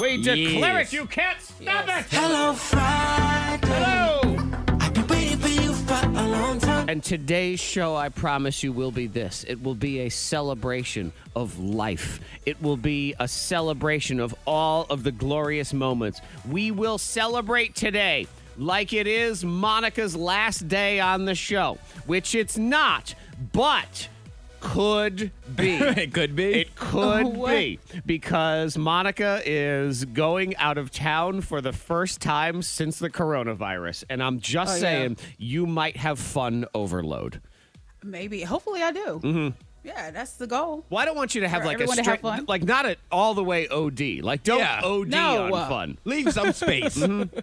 we declare it. You can't stop it. Hello, Friday. Hello. I've been waiting for you for a long time. And today's show, I promise you, will be this. It will be a celebration of life. It will be a celebration of all of the glorious moments. We will celebrate today like it is Monica's last day on the show, which it's not, but could be. It could be. It could be because Monica is going out of town for the first time since the coronavirus. And I'm Oh, just saying, you might have fun overload. Maybe. Hopefully, I do. Mm-hmm. Yeah, that's the goal. Well, I don't want you to have For like a everyone to have strict- fun? like not at all the way OD. Like don't Yeah. OD No. on fun. leave some space. Mm-hmm.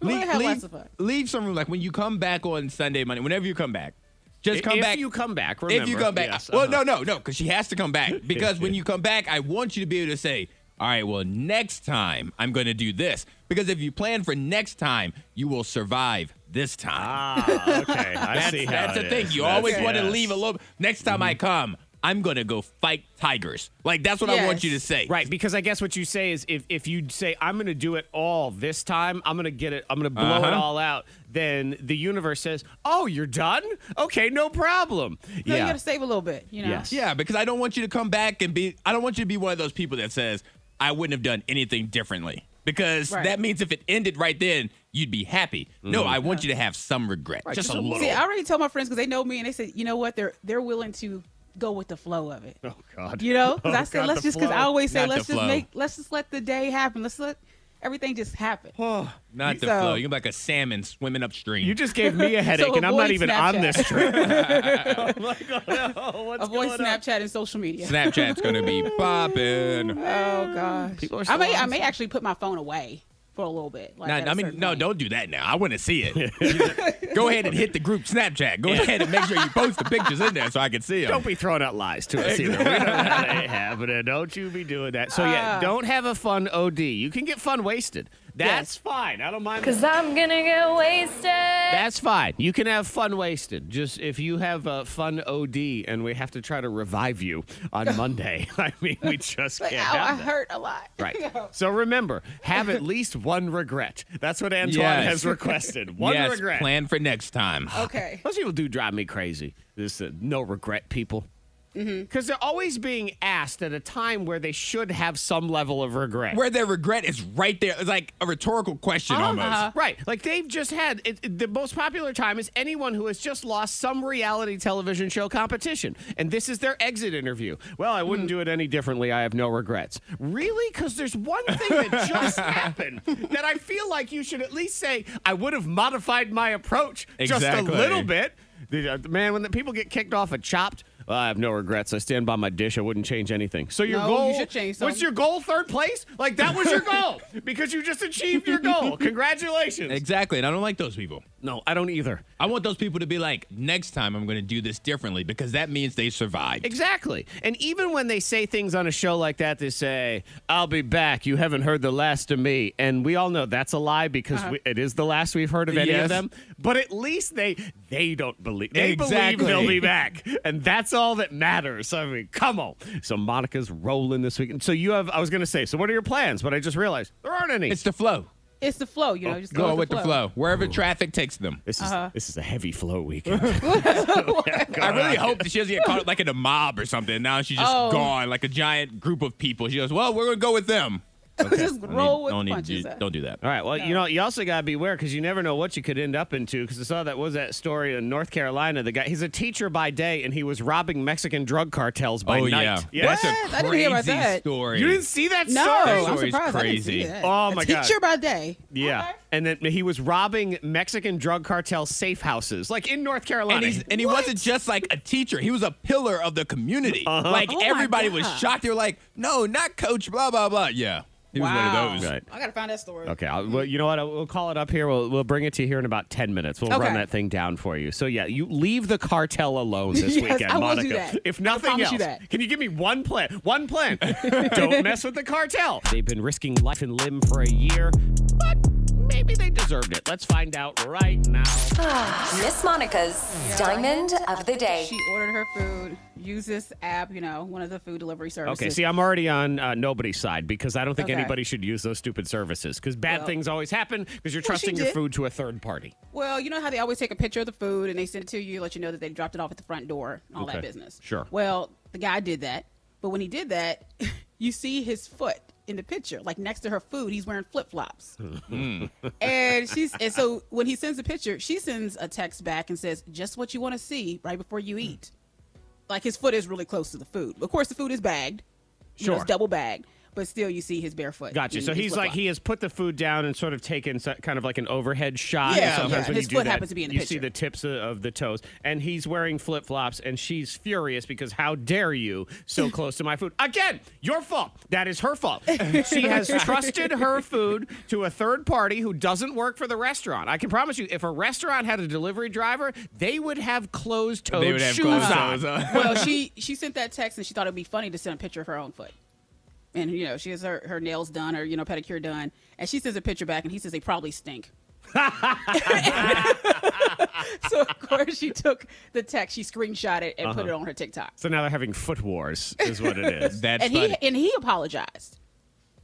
We leave, had lots leave, of fun. leave some room. Like when you come back on Sunday, Monday, whenever you come back, just come if back. you come back, remember. if you come back, Yes, well, uh-huh. no, no, no, because she has to come back. Because when you come back, I want you to be able to say, "All right, well, next time I'm going to do this." Because if you plan for next time, you will survive this time. Ah, okay. I that's see how that's it the thing. is. You That's- always want to yes. Mm-hmm. leave a little. Next time I come, I'm going to go fight tigers. Like that's what I want Yes. you to say. Right, because I guess what you say is if, if you say I'm going to do it all this time, I'm going to get it, I'm going to blow it Uh-huh. all out, then the universe says, "Oh, you're done? Okay, no problem." No, you yeah. got to save a little bit, you know? Yes. Yeah, because I don't want you to come back and be. I don't want you to be one of those people that says I wouldn't have done anything differently. Because Right. that means if it ended right then, you'd be happy. No, I want you to have some regret, just, a little. See, I already told my friends because they know me and they said, you know what? They're they're willing to go with the flow of it. Oh god. You know? Because I Oh, said, God, let's the just, because I flow. always say, Not the let's just flow. make, let's just let the day happen. Let's let everything just happen. Not the So- flow. You're like a salmon swimming upstream. You just gave me a headache, and I'm not avoid even on Snapchat. this trip. I'm like, oh, no, what's Avoid going on? Snapchat and social media. Snapchat's gonna be popping. oh, gosh. are I still may, on I may actually put my phone away for a little bit. Like, Not, at a I mean, certain no, point. don't do that now. I want to see it. Go ahead and hit the group Snapchat. Go ahead and make sure you post the pictures in there so I can see them. Don't be throwing out lies to us either. We know that ain't happening. Don't you be doing that. So yeah, don't have a fun OD. You can get fun wasted. That's Yes. fine. I don't mind. Cause I'm gonna get wasted. That's fine. You can have fun wasted. Just if you have a fun OD and we have to try to revive you on Monday. I mean, we just Like, can't ow, I have that. hurt a lot. Right. You know? So remember, have at least one regret. That's what Antoine Yes. has requested. One yes, regret. Oh. plan for next time. Okay. Those people do drive me crazy. This uh, no regret people. Because they're always being asked at a time where they should have some level of regret. where their regret is right there. It's like a rhetorical question Uh-huh. Uh-huh. almost. Right. Like they've just had it, it- the most popular time is anyone who has just lost some reality television show competition. And this is their exit interview. Well, I Hmm. wouldn't do it any differently. I have no regrets. Really? Because there's one thing that just happened that I feel like you should at least say, I would have modified my approach just a Exactly. little bit. The- uh, Man, when the people get kicked off at Chopped, "Well, I have no regrets. I stand by my dish. I wouldn't change anything. So your No, you goal should change what's something. your goal third place? Like that was your goal because you just achieved your goal. Congratulations. Exactly. And I don't like those people. No, I don't either. I want those people to be like, next time I'm going to do this differently because that means they survived. Exactly. And even when they say things on a show like that, they say, I'll be back. You haven't heard the last of me. And we all know that's a lie because we, it is the last we've heard of any of Yes. them. But at least they they don't believe. They Exactly. believe they'll be back. And that's all that matters. I mean, come on. So Monica's rolling this weekend. So you have, I was going to say, so what are your plans? But I just realized there aren't any. It's the flow. It's Oh, the flow, you know? Just Oh, Go with the flow. Wherever traffic takes them. This is this is a heavy flow weekend. I really hope that she doesn't get caught like in a mob or something. Now she's just Oh. gone, like a giant group of people. She goes, well, we're going to go with them. Just Don't roll need- with don't the need punches. to do- don't do that. All right. Well, you know, you also got to beware because you never know what you could end up into. Because I saw that was that story in North Carolina. The guy, he's a teacher by day, and he was robbing Mexican drug cartels by oh, night. yeah. That's a What? crazy I didn't hear about that. story. you didn't see that No, story? That I'm story's surprised. I crazy. didn't see that. Oh, A my God. teacher by day. Yeah. And then he was robbing Mexican drug cartel safe houses, like in North and, Carolina. he's, and he wasn't just like a teacher. He was a pillar of the community. Like Oh my everybody was God. shocked. They were like, "No, not Coach." Blah blah blah. Yeah, He was one Wow. of those. Right. I gotta find that story. Okay. I'll, well, you know what? I'll- We'll call it up here. We'll, we'll bring it to you here in about 10 minutes. We'll run Okay. that thing down for you. So, yeah, you leave the cartel alone this Yes, weekend, I will Monica. do that. If I nothing promise else, you that. can you give me one plan? One plan. Don't mess with the cartel. They've been risking life and limb for a year, but maybe they deserved it. Let's find out right now. Miss Monica's Diamond of the Day. She ordered her food. Use this app, you know, one of the food delivery services. Okay, see, I'm already on uh, nobody's side because I don't think Okay. anybody should use those stupid services because bad Well- things always happen because you're Well, she trusting your did. food to a third party. Well, you know how they always take a picture of the food and they send it to you, let you know that they dropped it off at the front door, and all that Okay. business. Sure. Well, the guy did that, but when he did that, you see his foot in the picture, like next to her food, he's wearing flip flops. Hmm. and she's and so when he sends a picture, she sends a text back and says, "Just what you want to see right before Hmm. you eat." Like his foot is really close to the food. Of course, the food is bagged. You know, Sure. it's double bagged, but still you see his bare foot. Gotcha. and So his he's like flip-flop. he has put the food down and sort of taken so- kind of like an overhead shot. Yeah, and sometimes yeah. when His you do foot that, happens to be in the you picture. see the tips of, of the toes, and he's wearing flip flops, and she's furious because how dare you so close to my food again? Your fault. That is her fault. she has trusted her food to a third party who doesn't work for the restaurant. I can promise you, if a restaurant had a delivery driver, they would have closed toed They would have shoes closed on. toes on. well, she she sent that text and she thought it'd be funny to send a picture of her own foot. And you know, she has her, her nails done, her you know pedicure done, and she sends a picture back, and he says they probably stink. so of course she took the text, she screenshot it, and Uh-huh. put it on her TikTok. So now they're having foot wars, is what it is. That's and funny. he and he apologized.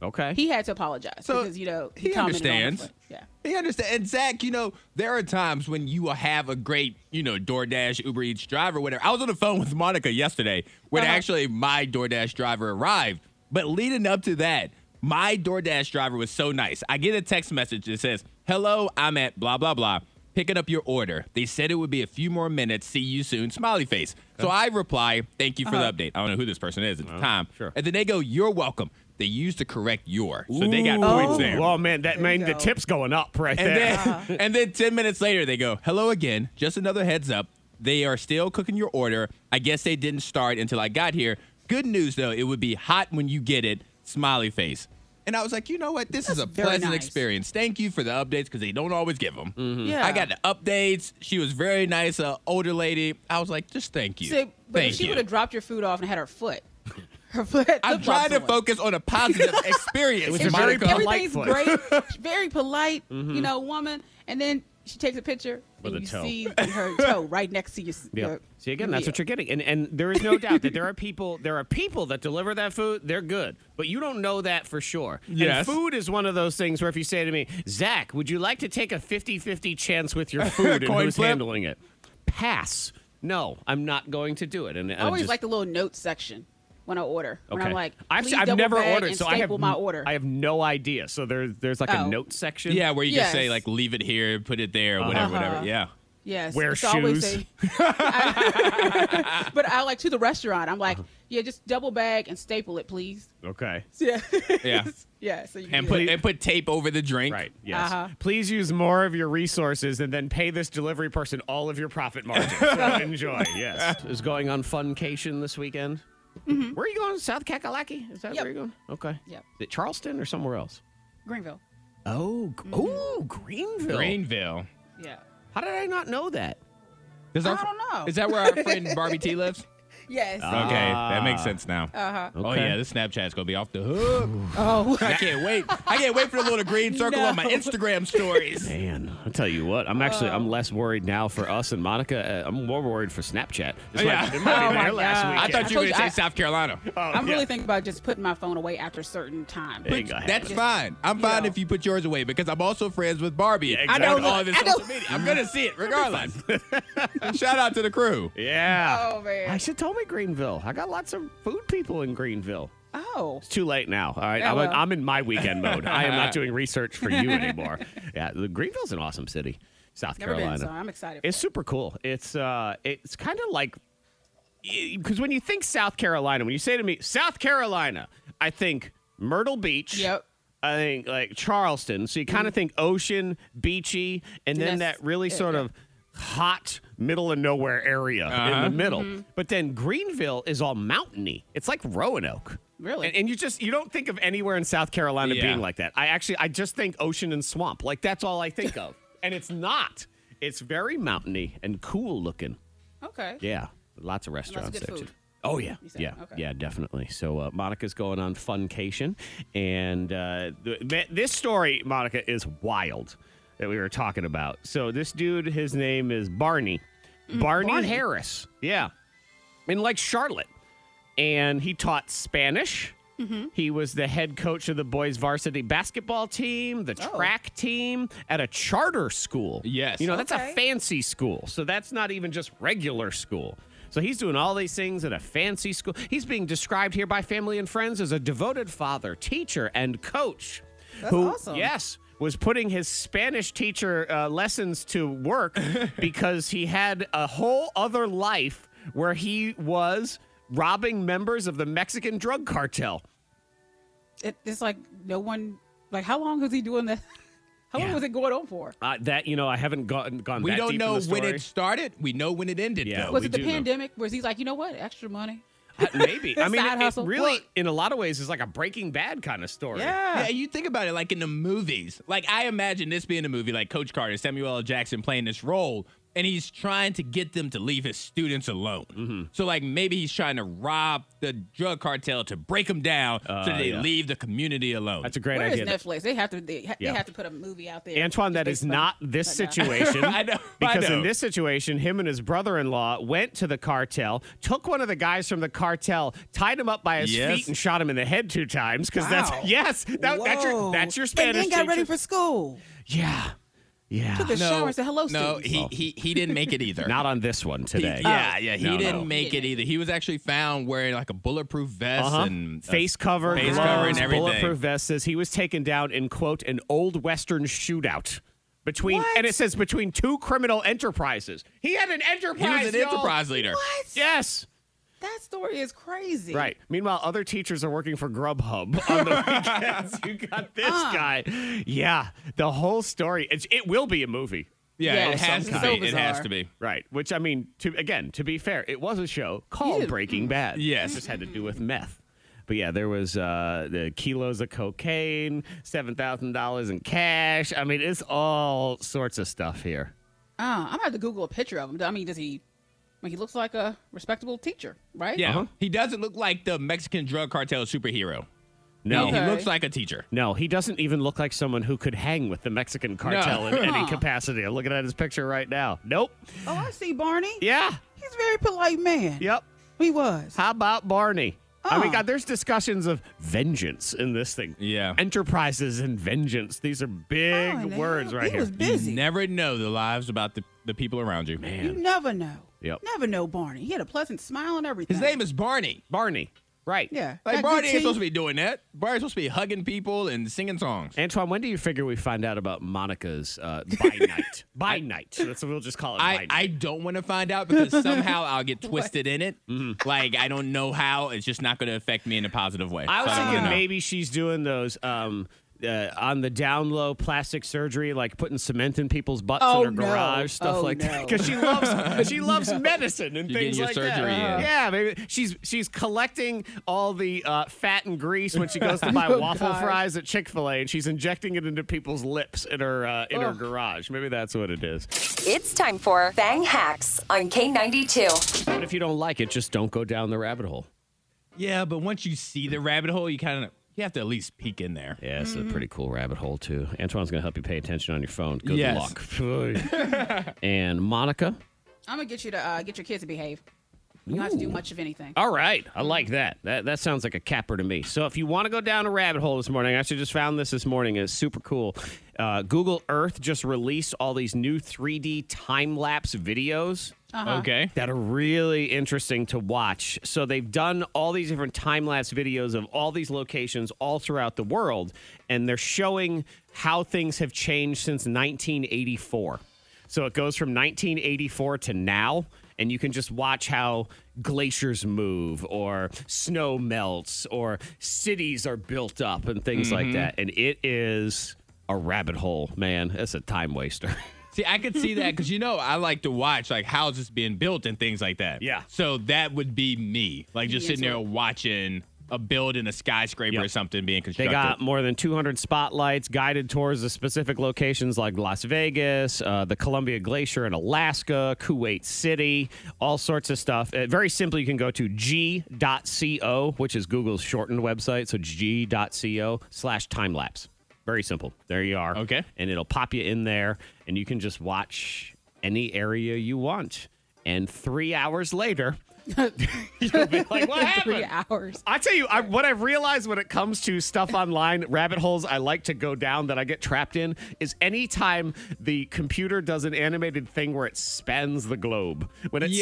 okay. He had to apologize So, because you know he commented on her understands. foot. Yeah. He understand. And Zach, you know, there are times when you will have a great, you know, DoorDash, Uber Eats driver, whatever. I was on the phone with Monica yesterday when Uh-huh. actually my DoorDash driver arrived. But leading up to that, my DoorDash driver was so nice. I get a text message that says, Hello, I'm at blah, blah, blah, picking up your order. They said it would be a few more minutes. See you soon, smiley face. So I reply, Thank you for the update. I don't know who this person is at the time. sure. And then they go, You're welcome. They used to correct your. So they got points there. Oh. Well, man, that There you made the go. tips going up right And there. then, Uh-huh. and then 10 minutes later, they go, hello again. Just another heads up. They are still cooking your order. I guess they didn't start until I got here. Good news, though, it would be hot when you get it. Smiley face. And I was like, you know what? This is a That's very pleasant nice. experience. Thank you for the updates because they don't always give them. Yeah. I got the updates. She was very nice, uh, older lady. I was like, just thank you. So, but thank if she you. would have dropped your food off and had her foot, her foot. I'm flip-flops trying to on. focus on a positive experience. was a very Monica. polite everything's foot. great, very polite, you know, woman. And then she takes a picture With and a you toe. see her toe right next to your. Yeah. your- See again, that's your what you're getting, and and there is no doubt that there are people there are people that deliver that food. They're good, but you don't know that for sure. Yes. And food is one of those things where if you say to me, Zach, would you like to take a 50-50 chance with your food and Coin who's flip? handling it? Pass. No, I'm not going to do it. And I always like the little note section when I order. When I'm like, I've, please I've double never bag ordered, and so I have staple my order. I have no idea. So there's there's like a Oh. note section. Yeah, where you just say, Yes. like, leave it here, put it there, whatever, whatever. Yeah. yes, wear so I always shoes. say- but I like to the restaurant. I'm like, Uh-huh. yeah, just double bag and staple it, please. Okay. Yeah, Yeah. yeah. So you can and do put that. and put tape over the drink. Right. Yes. Uh-huh. Please use more of your resources and then pay this delivery person all of your profit margin. so enjoy. Yes. Is going on funcation this weekend. Where are you going? South Kakalaki? Is that Mm-hmm. Yep. where you're going? Okay. Yep. Is it Charleston or somewhere else? Greenville. Oh, Mm-hmm. oh, Greenville. Greenville. Yeah. How did I not know that? Does I don't know. Is that where our friend Barbie T lives? Ah. Yes. Uh-huh. Okay, that makes sense now. Uh-huh. Oh Okay. yeah, this Snapchat's gonna be off the hook. oh. I can't wait. I can't wait for the little green circle on my Instagram stories. Man, I'll tell you what. I'm actually Oh. I'm less worried now for us and Monica. Uh, I'm more worried for Snapchat. This Yeah. might, it might Oh be my there last God. week. I thought you were I told you, gonna say I- Oh, South Carolina. Oh, I'm really thinking about just putting my phone away after a certain time. There you go. That's fine. I'm fine if you put yours away because I'm also friends with Barbie. exactly. I know all of his I know. social media. I'm gonna see it regardless. and shout out to the crew. Yeah. Oh, man. I should told me Greenville. I got lots of food people in Greenville. Oh. It's too late now. All right, Yeah, I'm, well. I'm in my weekend mode. I am not doing research for you anymore. yeah, the- Greenville's an awesome city, South Never Carolina. been, so I'm excited. it's super cool. It's uh, it's kind of like because when you think South Carolina, when you say to me South Carolina, I think Myrtle Beach. Yep. I think like Charleston. So you kind of think ocean, beachy, and then that's that really it, sort yeah. of hot middle of Uh-huh. Mm-hmm. nowhere area in the middle. But then Greenville is all mountainy. It's like Roanoke. Really? And, and you just you don't think of anywhere in South Carolina Yeah. being like that. I actually I just think ocean and swamp. Like that's all I think of. And it's not. It's very mountainy and cool looking. okay. Yeah, lots of of restaurants good there too. food. Oh yeah, said, yeah, okay. yeah, definitely. So uh, Monica's going on funcation, and uh, th- th- this story, Monica, is wild that we were talking about. So this dude, his name is Barney, Barney, Mm, Barney. Harris. Yeah, in like Charlotte, and he taught Spanish. Mm-hmm. He was the head coach of the boys' varsity basketball team, the Oh. track team at a charter school. Yes. you know that's a Okay. fancy school. So that's not even just regular school. So he's doing all these things at a fancy school. He's being described here by family and friends as a devoted father, teacher, and coach. That's who, awesome. Yes, was putting his Spanish teacher uh, lessons to work because he had a whole other life where he was robbing members of the Mexican drug cartel. It, it's like no one. Like how long was he doing that? How long Yeah. was it going on for? Uh, that you know, I haven't gone gone. We that don't deep in know the when story. it started. We know when it ended, Yeah. though. Was Oh, we it the do know. pandemic? Was he like, you know what, extra money? Uh, Maybe. I mean, it, Side it hustle. really, Well- in a lot of ways, is like a Breaking Bad kind of story. Yeah, you think about it like in the movies. Like I imagine this being a movie like Coach Carter, Samuel L. Jackson playing this role, and he's trying to get them to leave his students alone. Mm-hmm. So like maybe he's trying to rob the drug cartel to break them down so they Uh, yeah. leave the community alone. That's a great Where is idea. Netflix? They have to. They, ha- Yeah. they have to put a movie out there. Antoine, that Just is based on- not this Like, uh, situation. I know, I Because in know. this situation, him and his brother in law went to the cartel, took one of the guys from the cartel, tied him up by his Yes. feet, and shot him in the head two times. Because Wow. that's, yes, that, that's, your, Whoa. that's your And Spanish. then got ready teacher. for school. yeah. Yeah. Took a shower and said hello. no, students." he, he he didn't make it either. Not on this one He- today. yeah, yeah, he No, no. didn't make it either. He was actually found wearing like a bulletproof vest Uh-huh. and a face cover, face gloves, cover, and everything. bulletproof vest says he was taken down in quote an old western shootout between and it says between two criminal enterprises. He had an enterprise. He was an y'all. enterprise leader. Yes. That story is crazy. Right. Meanwhile, other teachers are working for Grubhub on the weekends. you got this Uh. guy. Yeah. The whole story. It's, it will be a movie. Yeah, Yeah, it has to some be. kind. It So has bizarre. to be. Right. Which I mean, to again, to be fair, it was a show called Breaking Mm. Bad. Yes. It just had to do with meth. But yeah, there was uh, the kilos of cocaine, seven thousand dollars in cash. I mean, it's all sorts of stuff here. Uh, I'm gonna have to Google a picture of him. I mean, does he? I mean, he looks like a respectable teacher, right? Yeah, he doesn't look like the Mexican drug cartel superhero. No, He Okay. looks like a teacher. no, he doesn't even look like someone who could hang with the Mexican cartel in any Huh. capacity. I'm looking at his picture right now. Nope. Oh, I see Barney. Yeah. He's a very polite man. Yep. He was. How about Barney? I mean, Oh. God, there's discussions of vengeance in this thing. Yeah. Enterprises and vengeance. These are big Oh, and words he- right he here. was busy. You never know the lives about the, the people around you. Man. you never know. Yep. Never know Barney. He had a pleasant smile and everything. His name is Barney. Barney. Right. Yeah. Like Got Barney good ain't supposed to teeth. be doing that. Barney's supposed to be hugging people and singing songs. Antoine, when do you figure we find out about Monica's uh, by night? By night. That's what we'll just call it. by I, night. I don't want to find out because somehow I'll get twisted in it. Like I don't know how. It's just not going to affect me in a positive way. I was So don't thinking know. maybe she's doing those um, uh, on the down low plastic surgery, like putting cement in people's butts Oh, in her no. garage, stuff Oh, like that. no. Because she loves she loves medicine and You're things like getting your surgery that. in. Yeah, maybe she's she's collecting all the uh, fat and grease when she goes to buy waffle Oh, God. fries at Chick fil A, and she's injecting it into people's lips in her uh, in her Ugh. garage. Maybe that's what it is. It's time for Bang Hacks on K92. But if you don't like it, just don't go down the rabbit hole. Yeah, but once you see the rabbit hole, you kind of you have to at least peek in there. Yeah, it's a pretty cool rabbit hole too. Antoine's gonna help you pay attention on your phone. Good Yes. luck. and Monica. I'm gonna get you to uh, get your kids to behave. You don't have to do much of anything. All right, I like that. That that sounds like a capper to me. So if you want to go down a rabbit hole this morning, I actually just found this this morning. It's super cool. Uh, Google Earth just released all these new 3D time lapse videos. Uh-huh. Okay. that are really interesting to watch. So they've done all these different time lapse videos of all these locations all throughout the world, and they're showing how things have changed since 1984. So it goes from 1984 to now, and you can just watch how glaciers move, or snow melts, or cities are built up, and things like that. And it is a rabbit hole, man. That's a time waster. See, I could see that because you know I like to watch like houses being built and things like that. Yeah. So that would be me, like just sitting there watching a build in a skyscraper Yep. or something being They constructed. got more than 200 spotlights guided tours of specific locations like Las Vegas, uh, the Columbia Glacier in Alaska, Kuwait City, all sorts of stuff. Uh, very simply, you can go to g.co, which is Google's shortened website. So g.co slash time lapse. Very simple. There you are. Okay. And it'll pop you in there, and you can just watch any area you want. And three hours later, you'll be like, what happened? Three hours. I tell you, I, what I've realized when it comes to stuff online, rabbit holes I like to go down that I get trapped in, is anytime the computer does an animated thing where it spans the globe. When it Yes.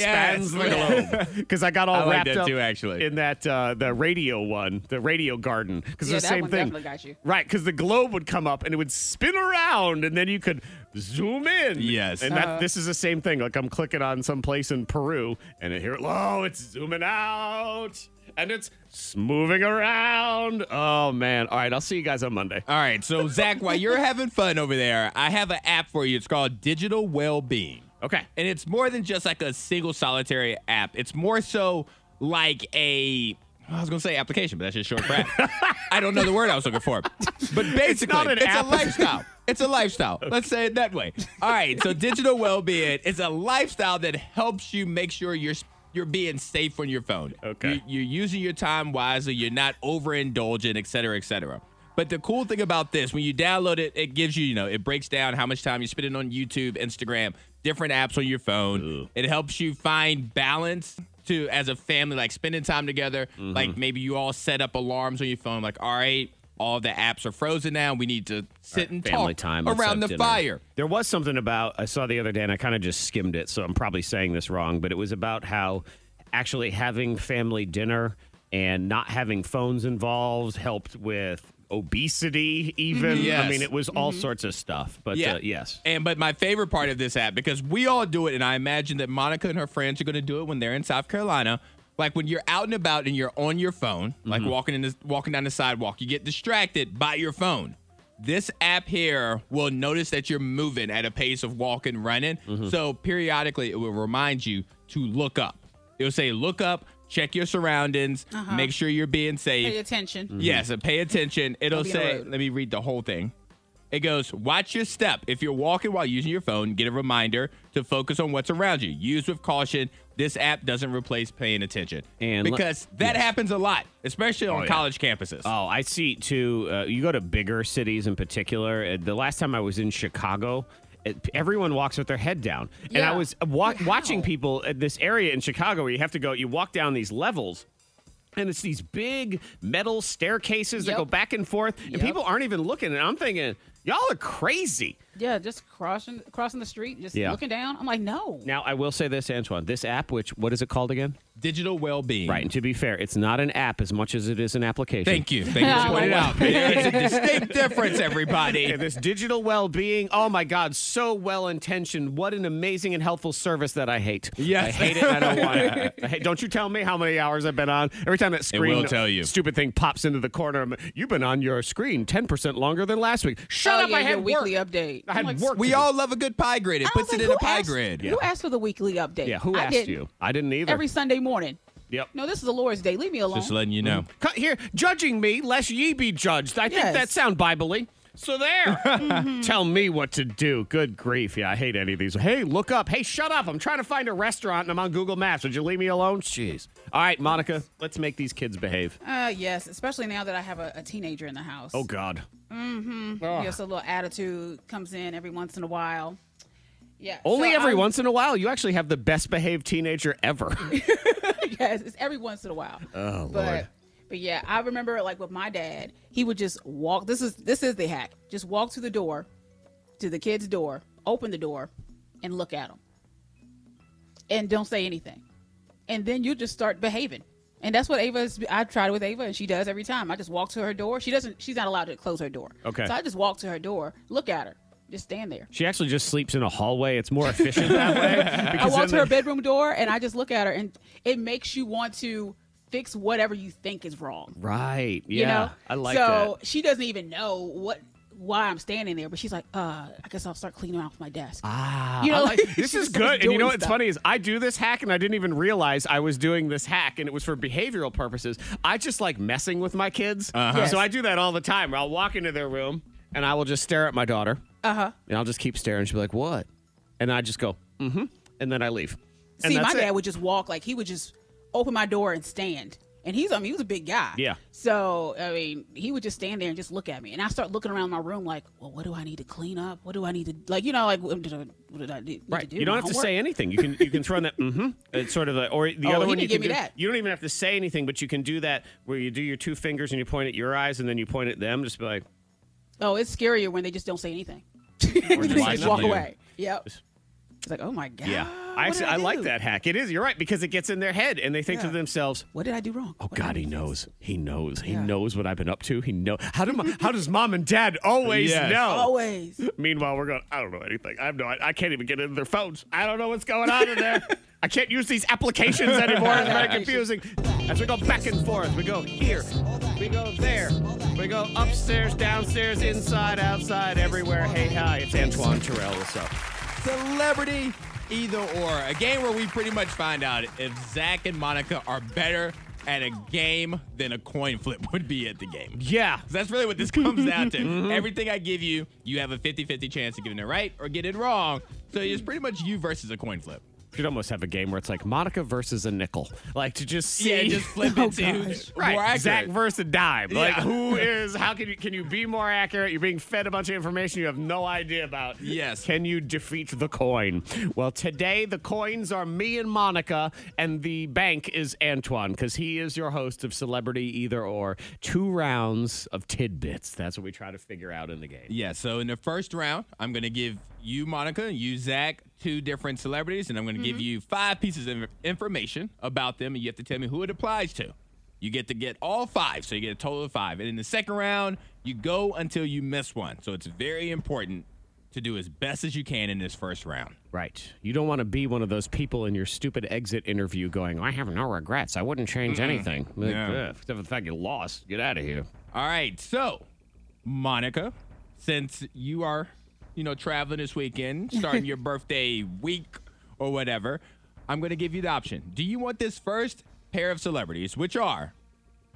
spans the globe. Because I got all I like wrapped that up too, actually. in that uh, the radio one, the radio garden. Because Yeah, the that same one thing. definitely got you. Right, because the globe would come up and it would spin around and then you could zoom in. Yes. And that this is the same thing. Like I'm clicking on some place in Peru and I hear, oh, it's zooming out and it's s- moving around. Oh, man. All right. I'll see you guys on Monday. All right, so Zach, while you're having fun over there, I have an app for you. It's called Digital Wellbeing. Okay. And it's more than just like a single solitary app. It's more so like a I was gonna say application, but that's just short for app. I don't know the word I was looking for. But basically, it's, not an app. a lifestyle. It's a lifestyle. Let's say it that way. All right. So digital well-being is a lifestyle that helps you make sure you're you're being safe on your phone. Okay. You, you're using your time wisely. You're not overindulgent, et cetera, et cetera. But the cool thing about this, when you download it, it gives you, you know, it breaks down how much time you're spending on YouTube, Instagram, different apps on your phone. It helps you find balance to as a family, like spending time together. Mm-hmm. Like maybe you all set up alarms on your phone, like, all right, all the apps are frozen now. We need to sit and Family talk time let's have around the dinner. fire. There was something about I saw the other day, and I kind of just skimmed it, so I'm probably saying this wrong, but it was about how actually having family dinner and not having phones involved helped with obesity. Even I Mm-hmm. Yes. mean, it was all sorts of stuff. But uh, yes, And but my favorite part of this app because we all do it, and I imagine that Monica and her friends are going to do it when they're in South Carolina. Like when you're out and about and you're on your phone, like Mm-hmm. walking in the, walking down the sidewalk, you get distracted by your phone. This app here will notice that you're moving at a pace of walking, running. Mm-hmm. So periodically, it will remind you to look up. It will say, "Look up, check your surroundings, make sure you're being safe." Pay attention. Mm-hmm. Yes, and pay attention. It'll be on the say, road. let me read the whole thing. It goes, watch your step. If you're walking while using your phone, get a reminder to focus on what's around you. Use with caution. This app doesn't replace paying attention. And let- because that happens a lot, especially on yeah. college campuses. Oh, I see too. Uh, you go to bigger cities in particular. Uh, The last time I was in Chicago, it, everyone walks with their head down. And I Yeah. was uh, wa- watching people at this area in Chicago where you have to go, you walk down these levels. And it's these big metal staircases that Yep. go back and forth, and Yep. people aren't even looking. And I'm thinking, y'all are crazy. Yeah, just crossing crossing the street, just Yeah. looking down. I'm like, no. Now, I will say this, Antoine this app, which, what is it called again? Digital well Mm. being. Right. And to be fair, it's not an app as much as it is an application. Thank you. Thank you for pointing it out. It's a distinct difference, everybody. And this digital well-being, oh my God, so well-intentioned. What an amazing and helpful service that I hate. Yes. I hate it. And I don't want it. I hate, don't you tell me how many hours I've been on. Every time that screen, will tell you. stupid thing pops into the corner. I'm, You've been on your screen ten percent longer than last week. Shut Oh, up! yeah, I your had work. weekly update. I had I'm like, work. We to do. all love a good pie grid. It I was puts it like, in a who pie asked- grid. Who asked for the weekly update? Yeah. Who I asked didn't. you? I didn't either. Every Sunday morning. Yep. No, this is the Lord's Day. Leave me alone. Just letting you know. Cut here, judging me, lest ye be judged. I think Yes. Mm-hmm. that sound biblically. So there. Tell me what to do. Good grief. Yeah, I hate any of these. Hey, look up. Hey, shut up. I'm trying to find a restaurant and I'm on Google Maps. Would you leave me alone? Jeez. All right, Monica, let's make these kids behave. uh, yes, especially now that I have a, a teenager in the house. Oh, God. Yes, a little attitude comes in every once in a while. Yeah. Only so every I'm- once in a while, you actually have the best behaved teenager ever. Yes, it's every once in a while. Oh but, Lord. But yeah, I remember like with my dad, he would just walk. This is this is the hack. Just walk to the door, to the kid's door, open the door, and look at them, and don't say anything, and then you just start behaving. And that's what Ava is. I tried with Ava, and she does every time. I just walk to her door. She doesn't. She's not allowed to close her door. Okay. So I just walk to her door, look at her, just stand there. she actually just sleeps in a hallway. It's more efficient that way. I because walk then to her the- bedroom door and I just look at her, and it makes you want to fix whatever you think is wrong. Right. Yeah. You know, I like so that. she doesn't even know what why I'm standing there, but she's like, uh, I guess I'll start cleaning off my desk. Ah, You know, I like- this like, she is just starts good. And you doing know what's stuff. funny is I do this hack and I didn't even realize I was doing this hack and it was for behavioral purposes. I just like messing with my kids. Yes. So I do that all the time. I'll walk into their room and I will just stare at my daughter. Uh-huh. And I'll just keep staring. She'll be like, what? And I just go, mm-hmm. And then I leave. And See, my that's it. dad would just walk like he would just open my door and stand. And he's, I mean, he was a big guy. Yeah. So I mean, he would just stand there and just look at me, and I start looking around my room like, well, what do I need to clean up? What do I need to like? You know, like what did I, what did I need to Right. do? You don't have to say anything. You can you can throw in that mm-hmm. It's sort of the or the Oh, other he one didn't you give can me do. that. You don't even have to say anything, but you can do that where you do your two fingers and you point at your eyes and then you point at them, just be like Oh, it's scarier when they just don't say anything. they watch just walk you. away. Yep. It's like, oh my god. what I did actually I, like do? that hack. It is. You're right because it gets in their head and they think to Yeah. themselves, What did I do wrong? "Oh What did I God, do he wrong?" knows. He knows. He Yeah. knows what I've been up to. He know how do my, how does mom and dad always Yes. know? Oh, Always. Meanwhile, we're going. I don't know anything. I have no. I, I can't even get into their phones. I don't know what's going on in there. I can't use these applications anymore. It's very confusing. As we go back and forth, we go here, we go there, we go upstairs, downstairs, inside, outside, everywhere. Hey, hi, it's Antoine Terrell. What's up? Celebrity either or. A game where we pretty much find out if Zach and Monica are better at a game than a coin flip would be at the game. Yeah, Mm-hmm. So that's really what this comes down to. Everything I give you, you have a 50 50 chance of getting it right or get it wrong. So it's pretty much you versus a coin flip. you could almost have a game where it's like Monica versus a nickel, like to just see. Oh, Yeah, just flip it to more Right, accurate. Zach versus a dime. Like Yeah. who is? How can you can you be more accurate? You're being fed a bunch of information you have no idea about. Yes. Can you defeat the coin? Well, today the coins are me and Monica, and the bank is Antoine because he is your host of Celebrity Either or. Two rounds of tidbits. That's what we try to figure out in the game. Yeah, so in the first round, I'm going to give you, Monica, you, Zach, two different celebrities, and I'm going to give you five pieces of information about them, and you have to tell me who it applies to. You get to get all five, so you get a total of five. And in the second round, you go until you miss one. So it's very important to do as best as you can in this first round. Right. You don't want to be one of those people in your stupid exit interview going, I have no regrets. I wouldn't change anything. Like, No. "Ugh, except for the fact you lost. Get out of here. All right, so Monica, since you are, you know, traveling this weekend, starting your birthday week or whatever, I'm going to give you the option. Do you want this first pair of celebrities, which are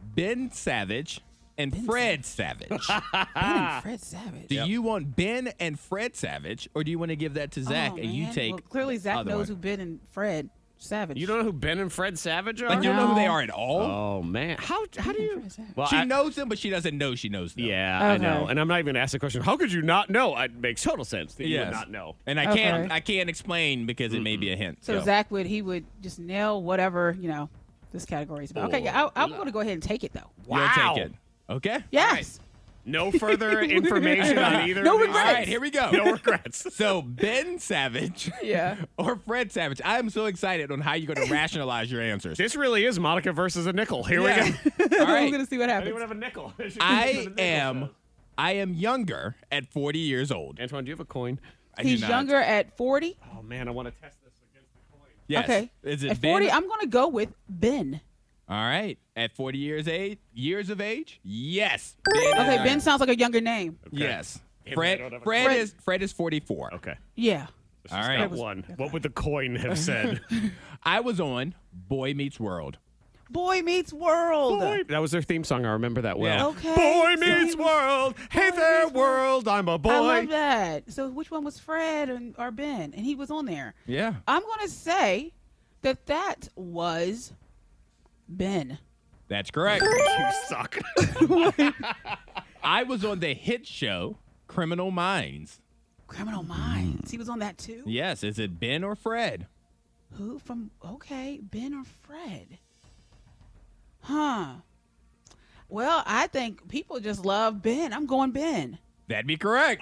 Ben Savage and Fred Savage? Ben and Fred Savage. do you want Ben and Fred Savage, or do you want to give that to Zach Oh, and you man. take? Well, clearly, the Zach other one? knows who Ben and Fred Savage. You don't know who Ben and Fred Savage are? Like you don't know who they No. are at all. Oh, man. How, how do you. Fred Savage. Well, she I- knows them, but she doesn't know she knows them. Yeah, I Okay. know. And I'm not even asked the question. How could you not know? It makes total sense that you would Yes. not know. And I can't. Okay. I can't explain because it may be a hint. So Zach would he would just nail whatever you know this category is about. Okay, yeah, I, I'm going to go ahead and take it though. you'll Wow. take it. Okay. Yes, No further information on either No of these. regrets. All right, here we go. No regrets. So Ben Savage, Yeah. or Fred Savage. I am so excited on how you're going to rationalize your answers. This really is Monica versus a nickel. Here we Yeah. go. All we're right. going to see what happens. Anyone have a nickel? I am, I am younger at 40 years old. Antoine, do you have a coin? I do He's not- younger at 40. Oh, man, I want to test this against the coin. Yes. Okay, Is it at Ben? 40? I'm going to go with Ben. All right. At 40 years age, years of age. Yes. Ben Okay, is- Ben sounds like a younger name. Yes. Him, I don't Fred, have a Fred coin. is Fred is 44. Okay. Yeah. All right. Got one. What would the coin have said? I was on Boy Meets World. Boy Meets World. that was their theme song. I remember that Yeah. well. Okay. Boy So meets he was- world. Hey Boy there, meets world. world. I'm a boy. I love that. So which one was Fred and or Ben? And he was on there. Yeah. I'm going to say that that was Ben. That's correct. You suck. I was on the hit show Criminal Minds. Criminal Mm-hmm. Minds. He was on that too. Yes. Is it Ben or Fred? Who from? Okay, Ben or Fred? Huh. Well, I think people just love Ben. I'm going Ben. That'd be correct.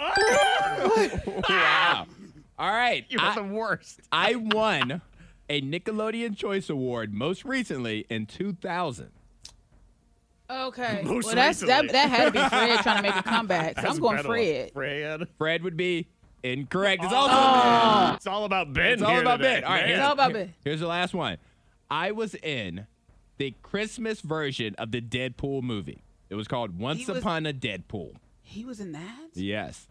wow. All right. You're the I, worst. I won a Nickelodeon Choice Award most recently in 2000. Okay. Most well, that's that, recently. that had to be Fred trying to make a comeback. So That's I'm going better one. Fred. Fred. Fred would be incorrect. It's also It's all about Ben. it's all Oh. here about today. Ben. All right. Man. here's- It's all about Ben. Here's the last one. I was in the Christmas version of the Deadpool movie. It was called Once was- Upon a Deadpool. He was in that? Yes.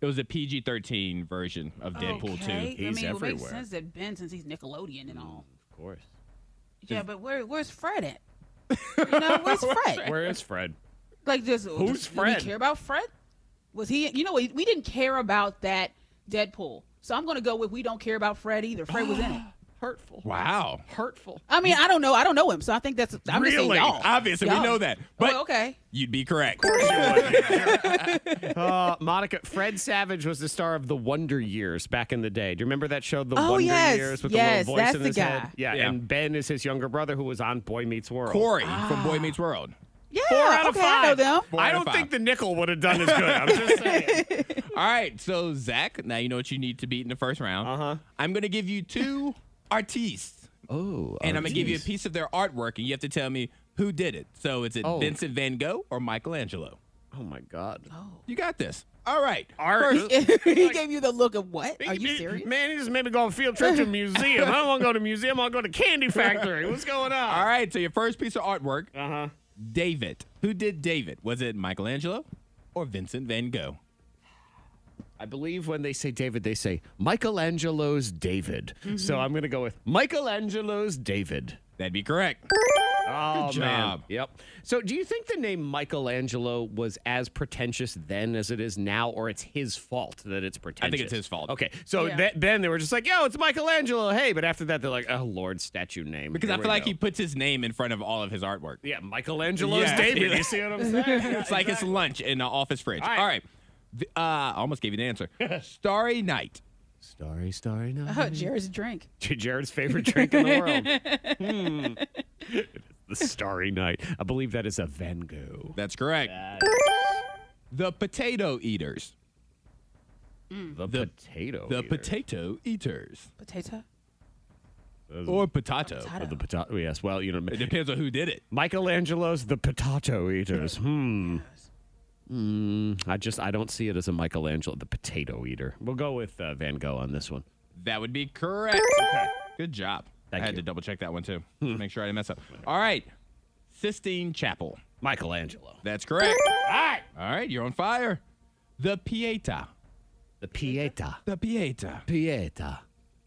It was a PG 13 version of Deadpool 2. I He's mean, It makes everywhere. sense that Ben, since he's Nickelodeon and all. Of course. Yeah, but where, where's Fred at? You know, where's Fred? Where is Fred? Like, just Who's did Fred? We care about Fred? Was he? You know, we, we didn't care about that Deadpool. So I'm gonna go with we don't care about Fred either. Fred was in it. Hurtful. Wow. Hurtful. I mean, I don't know. I don't know him, so I think that's. I'm just saying really? y'all. Obviously, Y'all. we know that. But oh, okay. you'd be correct. Uh, Monica, Fred Savage was the star of The Wonder Years back in the day. Do you remember that show, The Oh, Wonder yes. Years, with Yes, the little voice that's in the his guy. head? Yeah, Yeah. and Ben is his younger brother who was on Boy Meets World. Corey from Ah. Boy Meets World. Yeah. Four out of okay, five. I know them. Four I out of don't five. think the nickel would have done as good. I'm just saying. All right, so Zach, now you know what you need to beat in the first round. Uh Uh-huh. huh. I'm gonna give you two artistes, Oh, and I'm gonna give you a piece of their artwork, and you have to tell me who did it. So is it Oh. Vincent Van Gogh or Michelangelo? Oh my God. You got this. All right. Art. he gave you the look of what? Are you serious? Man, he just made me go on a field trip to a museum. I don't want to go to a museum. I'll go to Candy Factory. What's going on? All right. So your first piece of artwork. Uh huh. David. Who did David? Was it Michelangelo or Vincent Van Gogh? I believe when they say David, they say Michelangelo's David. So I'm going to go with Michelangelo's David. That'd be correct. Oh, Good job. Yep. So do you think the name Michelangelo was as pretentious then as it is now, or it's his fault that it's pretentious? it's his fault. Okay. So Yeah. th- then they were just like, yo, it's Michelangelo. Hey, but after that, they're like, oh, Lord, statue name. Because Here I we feel like go. he puts his name in front of all of his artwork. Yeah, Michelangelo's Yeah. David. You see what I'm saying? it's like it's lunch in the office fridge. All right. right. V- Uh, I almost gave you the answer. Starry Night. Starry, starry night. Oh, Jared's drink. Jared's favorite drink in the world. Hmm. The Starry Night. I believe that is a Van Gogh. That's correct. The Potato Eaters. The, Hmm. The- potato. The eater. Potato Eaters. Potato. Or potato. Oh, the potato. Yes. Well, you know, It depends on who did it. Michelangelo's The Potato Eaters. Hmm. Mm, I just I don't see it as a Michelangelo, the potato eater. We'll go with uh, Van Gogh on this one. That would be correct. Okay. Good job. Thank I had you. to double check that one too. to Make sure I didn't mess up. All right. Sistine Chapel. Michelangelo, That's correct. All right. All right. You're on fire. The Pieta. the Pieta, The Pieta. Pieta,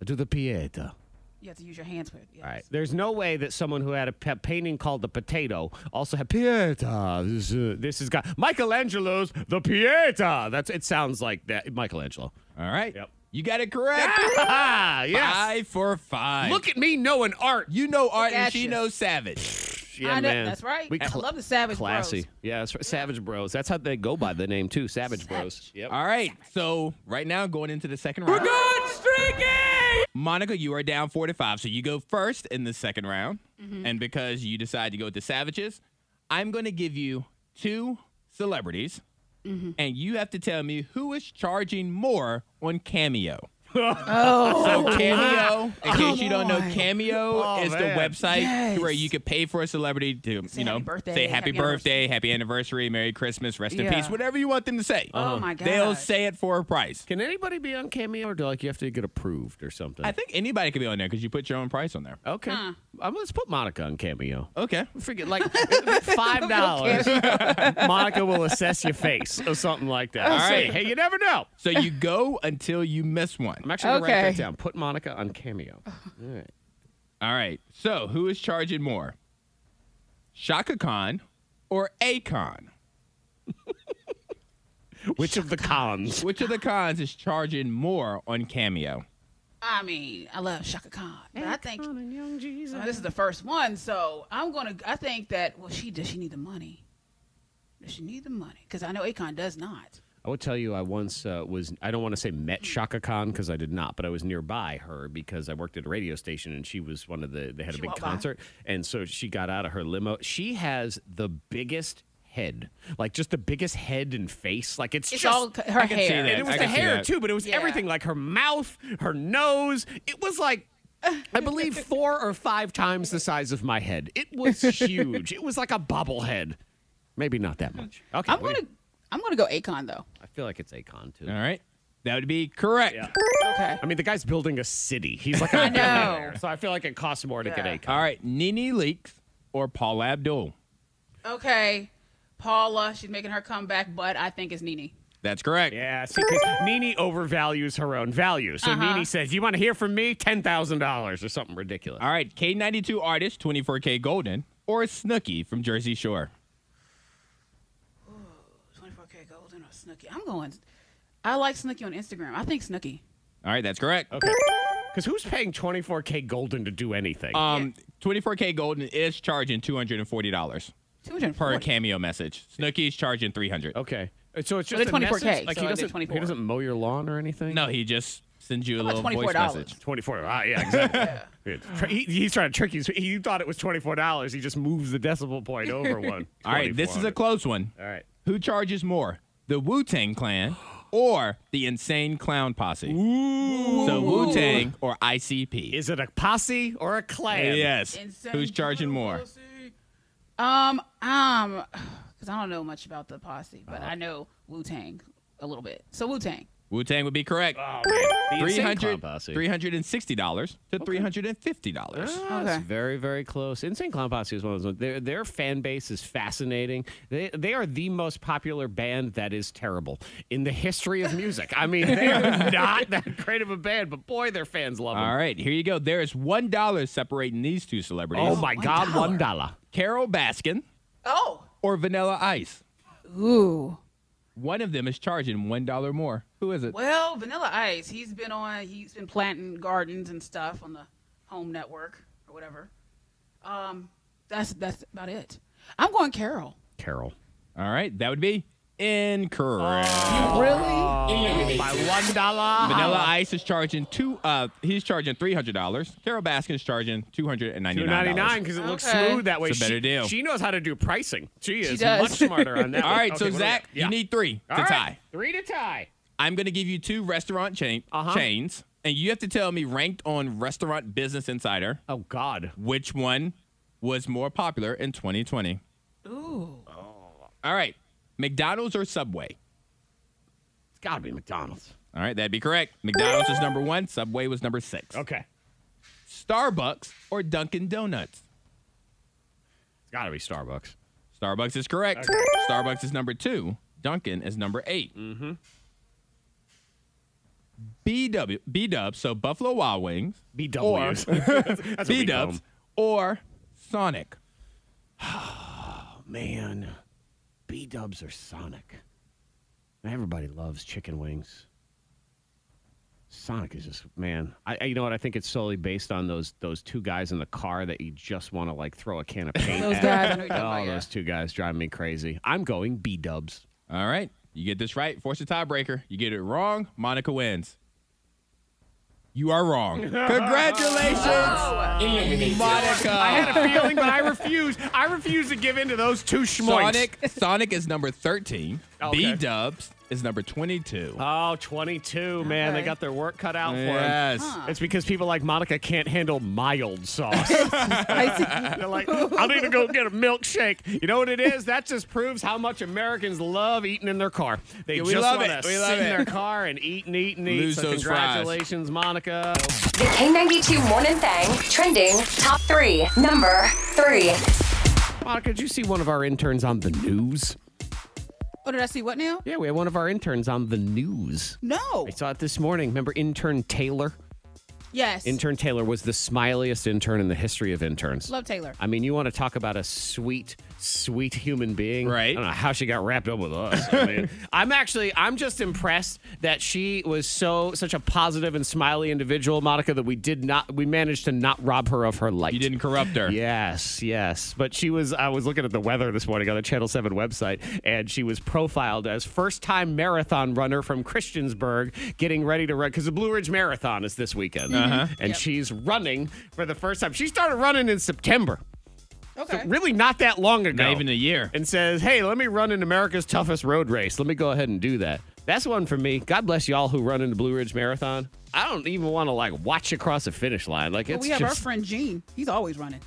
do the Pieta. You have to use your hands with it. Yes. All right. There's no way that someone who had a pe- painting called the Potato also had Pieta. This, uh, this has got Michelangelo's the Pieta. That's it. Sounds like that Michelangelo. All right. Yep. You got it correct. ah, yes. Five for five. Look at me knowing art. You know Art and at she you. knows Savage. Yeah, I know- man. that's right. We I cl- love the Savage Classy. Bros. Yeah, that's right. Savage Bros. That's how they go by the name too. Savage, Bros. Yep. All right. So right now, going into the second round. We're going streaking. Monica, you are down four to five, so you go first in the second round. Mm-hmm. And because you decide to go with the Savages, I'm going to give you two celebrities, Mm-hmm. and you have to tell me who is charging more on Cameo. Oh. So Cameo, in case you don't know, on. Cameo Oh, is man. the website Yes. where you could pay for a celebrity to, you know, happy birthday, say happy, happy birthday, happy anniversary, Merry Christmas, rest in Yeah. peace, whatever you want them to say. Oh my god. They'll say it for a price. Can anybody be on Cameo or do like you have to get approved or something? I think anybody could be on there because you put your own price on there. okay. Um, let's put Monica on Cameo. Okay. Forget like five dollars. Monica will assess your face or something like that. All right. Hey, you never know. So you go until you miss I'm one. actually gonna write Okay. Oh, that down. Put Monica on Cameo. All right. So who is charging more? Shaka Khan or Akon? Which of the cons? Which of the cons is charging more on Cameo? I mean, I love Shaka Khan, but I think I mean, this is the first one, so I'm gonna. I think that well, she does. She need the money. Does she need the money? Because I know Akon does not. I will tell you, I once uh, was, I don't want to say met Shaka Khan because I did not, but I was nearby her because I worked at a radio station and she was one of the, they had a She big walked by? concert. And so she got out of her limo. She has the biggest head, like just the biggest head and face. Like it's, It's just, all her can see hair. that. and it was I the can see hair that. too, but it was Yeah. everything like her mouth, her nose. It was like, I believe four or five times the size of my head. It was huge. it was like a bobblehead. Maybe not that much. Okay. I'm what do you- gonna. I'm gonna go Akon though. I feel like it's Akon too. All right. That would be correct. Okay. I mean, the guy's building a city. He's like, I know. know. So I feel like it costs more to get Yeah. Akon. All right. Nene Leakes or Paul Abdul? Okay. Paula, she's making her comeback, but I think it's Nene. That's correct. Yeah, see, because Nini overvalues her own value. So Nini says, You want to hear from me? $10,000 or something ridiculous. All right, K92 artist, 24K Golden, or Snooki from Jersey Shore. 24K Golden or Snooki? I'm going. I like Snooki on Instagram. I think Snooki. All right, that's correct. Okay. Because who's paying 24K golden to do anything? Um, 24K Golden is charging $240 per 240. cameo message. Snooki's charging 300 okay. Uh, So it's they're just a 24K, message? Like so he they're doesn't 24. he doesn't mow your lawn or anything. No, he just sends you a about little voice $24? message. 24. Ah, yeah, exactly. It's tr- he- he's trying to trick you. He thought it was $24. He just moves the decimal point over one. All right, this is a 2400. close one. All right. Who charges more, the Wu Tang Clan or the Insane Clown Posse? So Wu Tang or ICP? Is it a posse or a clan? yes. Insane Who's charging Clown more? Um, um, because I don't know much about the posse, but I know Wu Tang a little bit. So Wu Tang. Wu Tang would be correct. Oh, The insane clown 300, posse. Ah. $360 to $350. Okay. Very, very close. Insane Clown Posse is one of those. Their their fan base is fascinating. They they are the most popular band that is terrible in the history of music. I mean, they are not that great of a band, but boy, their fans love them. All right, here you go. There is $1 separating these two celebrities. Oh my God, one dollar. Carol Baskin Oh. or Vanilla Ice? Ooh. One of them is charging $1 more. Who is it? Well, Vanilla Ice. He's been on. He's been planting gardens and stuff on the Home Network or whatever. Um, that's that's about it. I'm going Carol. Carol. All right, that would be incorrect. Oh. Really? By one dollar. Vanilla Ice is charging two. Uh, he's charging three hundred dollars. Carol Baskin's charging two hundred and ninety Two nine ninety nine dollars. because it looks Okay. smooth that way. It's a better she, deal. She knows how to do pricing. She is does. much smarter on that. All one. right, Okay, so what do we Zach, got? you Yeah. need three to All right, tie. Three to tie. I'm going to give you two restaurant chain Uh-huh. chains, and you have to tell me ranked on Restaurant Business Insider Oh God. which one was more popular in 2020. Ooh. All right, McDonald's or Subway? It's gotta be McDonald's. All right, that'd be correct. McDonald's was number one. Subway was number six. Okay. Starbucks or Dunkin' Donuts? It's gotta be Starbucks. Starbucks is correct. Starbucks is number two. Duncan is number 8 Mm-hmm. BW B Dubs, so Buffalo Wild Wings, BWs. That's what we B call Dubs, 'em. or Sonic. Man, B Dubs are Sonic. Everybody loves chicken wings. Sonic is just man. I, I- you know what? I think it's solely based on those those two guys in the car that you just want to like throw a can of paint. Those at. guys. I know you're talking Oh, about, yeah. those two guys drive me crazy. I'm going B Dubs. All right, you get this right, force a tiebreaker. You get it wrong, Monica wins. You are wrong. Congratulations, I Monica. had a feeling, but I refuse. I refuse to give in to those two schmoinks. Sonic. Sonic is number thirteen. Okay. B Dubs is number twenty-two. Oh, 22, man. They Okay. got their work cut out for them. yes. It's because people like Monica can't handle mild sauce. I see. They're like, I need to go get a milkshake. You know what it is? That just proves how much Americans love eating in their car. They Yeah, we just love want it. to We sit love in it. their car and eat and eat and eat. Lose so those fries. congratulations, Monica. The K92 Morning Thang trending top three. Number three. Monica, did you see one of our interns on the news? oh, did I see what now? Yeah, we had one of our interns on the news. No. I saw it this morning. Remember intern Taylor? Yes. Intern Taylor was the smiliest intern in the history of interns. Love Taylor. I mean, you want to talk about a sweet, sweet human being. Right. I don't know how she got wrapped up with us. I mean, I'm actually, I'm just impressed that she was so, such a positive and smiley individual, Monica, that we did not, we managed to not rob her of her light. You didn't corrupt her. Yes, yes. But she was, I was looking at the weather this morning on the Channel 7 website, and she was profiled as first time marathon runner from Christiansburg getting ready to run because the Blue Ridge Marathon is this weekend. Mm-hmm. And she's running for the first time. She started running in September, Okay. really not that long ago. Not even a year. and says, Hey, let me run in America's toughest road race. Let me go ahead and do that. That's one for me. God bless y'all who run in the Blue Ridge Marathon. I don't even want to like watch you cross the finish line. Like But it's we have just our friend Gene. He's always running.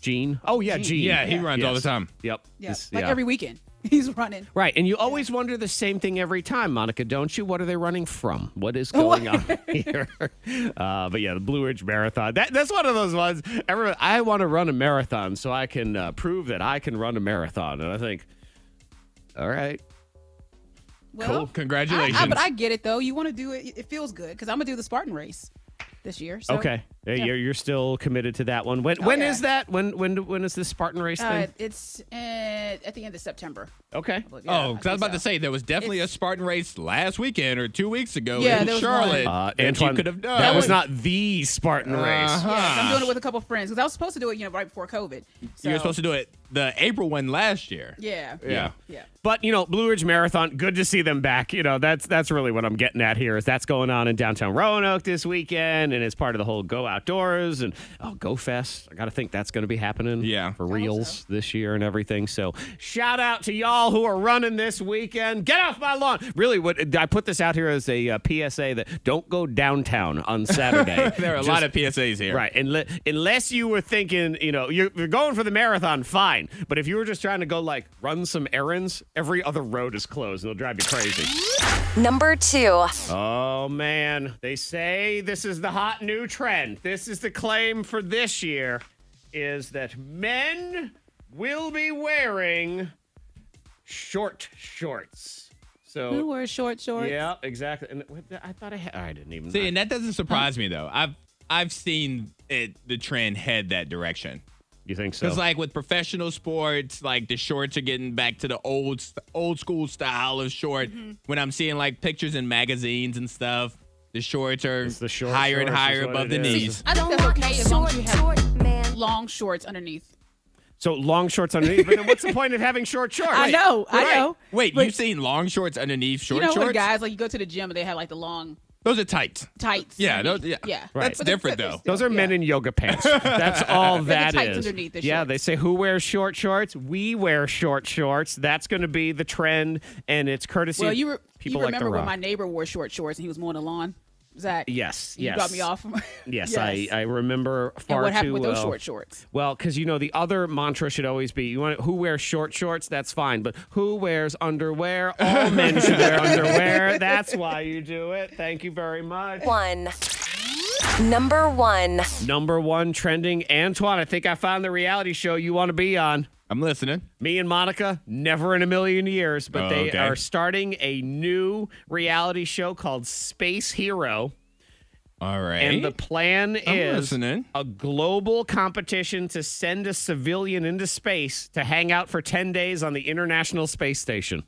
Gene. Oh yeah, Gene. Yeah, he runs all the time. Yep. Yeah. This- Like yeah. every weekend, he's running. Right, and you always wonder the same thing every time, Monica, don't you? What are they running from? What is going on here? Uh, but yeah, the Blue Ridge Marathon. That, that's one of those ones. Everyone, I want to run a marathon so I can uh, prove that I can run a marathon, and I think All right. Cool. Well, Congratulations. I, I, but I get it though. You want to do it. It feels good because I'm gonna do the Spartan race this year. So, Oh, Okay, Yeah, you're you're still committed to that one. When when is yeah. that? When when when is this Spartan race Uh, thing? it's uh, at the end of September. Okay, But yeah, Oh, because I was think about to so. say there was definitely a It's- Spartan race last weekend or two weeks ago Yeah, in there was one. Charlotte uh, that Antoine, you could have done. that was not the Spartan Uh, race. Uh-huh. I'm doing it with a couple friends because I was supposed to do it, you know, right before COVID. So, you were supposed to do it the April one last year. Yeah. Yeah. Yeah. But you know, Blue Ridge Marathon, good to see them back. You know, that's that's really what I'm getting at here. Is that's going on in downtown Roanoke this weekend, and it's part of the whole Go Outdoors and oh Go Fest. I got to think that's going to be happening, Yeah. for reals this year and everything. So shout out to y'all who are running this weekend. Get off my lawn! Really, what I put this out here as a uh, PSA that don't go downtown on Saturday. There are a Just- lot of PSAs here. Right. Unless, unless you were thinking, you know, you're, you're going for the marathon, fine. But if you were just trying to go, like, run some errands, every other road is closed. It'll drive you crazy. Number two. Oh, man. They say this is the hot new trend. This is the claim for this year is that men will be wearing short shorts. So. Who wears short shorts? yeah, exactly. And what the- I thought I had. I didn't even. See, I- and that doesn't surprise me though. I've I've seen it, the trend head that direction. you think so? Because like with professional sports, like the shorts are getting back to the old st- old school style of short. When I'm seeing like pictures in magazines and stuff, the shorts are It's the short higher and shorts is higher what above it the is. knees. I think that's okay as long as you have man. long shorts underneath. So long shorts underneath. but then what's the point of having short shorts? I know. I Right. know. Wait, But you've seen long shorts underneath You short know when shorts? guys like you go to the gym and they have like the long Those are tights. tights. Yeah, underneath. those, yeah, Yeah. Right. That's But they're- different they're though. still- Those are men yeah. in yoga pants. That's all that tights is. underneath, the yeah, shorts. they say who wears short shorts? We wear short shorts. That's going to be the trend, and it's courtesy. Well, of you, re- you people like remember the when Rock. my neighbor wore short shorts and he was mowing the lawn? Zach. Yes, You yes. got me off. yes, Yes, I, I remember far and what happened too with those well. short shorts? Well, because you know the other mantra should always be: you want who wears short shorts? That's fine, but who wears underwear? All men should wear underwear. That's why you do it. Thank you very much. One. Number one. Number one trending, Antoine. I think I found the reality show you want to be on. I'm listening. Me and Monica, never in a million years, but Oh, they okay. are starting a new reality show called Space Hero. All right. And the plan I'm is listening. a global competition to send a civilian into space to hang out for 10 days on the International Space Station.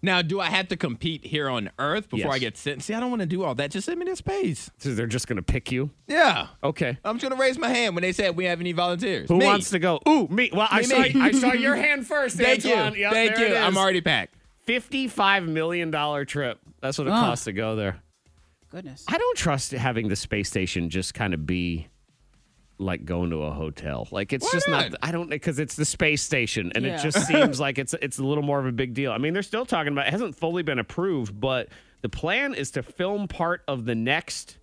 Now, do I have to compete here on Earth before Yes. I get sent? See, I don't want to do all that. Just send me to space. So they're just going to pick you. Yeah. Okay. I'm just gonna raise my hand when they said we have any volunteers. Who Me. wants to go? Ooh, me. Well, I, Me, saw, me. I saw your hand first, Thank you. Antoine. Yep, Thank there you. it I'm is. already packed. $55 million trip. That's what it Ah. costs to go there. Goodness. I don't trust having the space station just kind of be like going to a hotel. Like it's Why just not? not? I don't because it's the space station, and Yeah. it just seems like it's it's a little more of a big deal. I mean, they're still talking about it hasn't fully been approved, but the plan is to film part of the next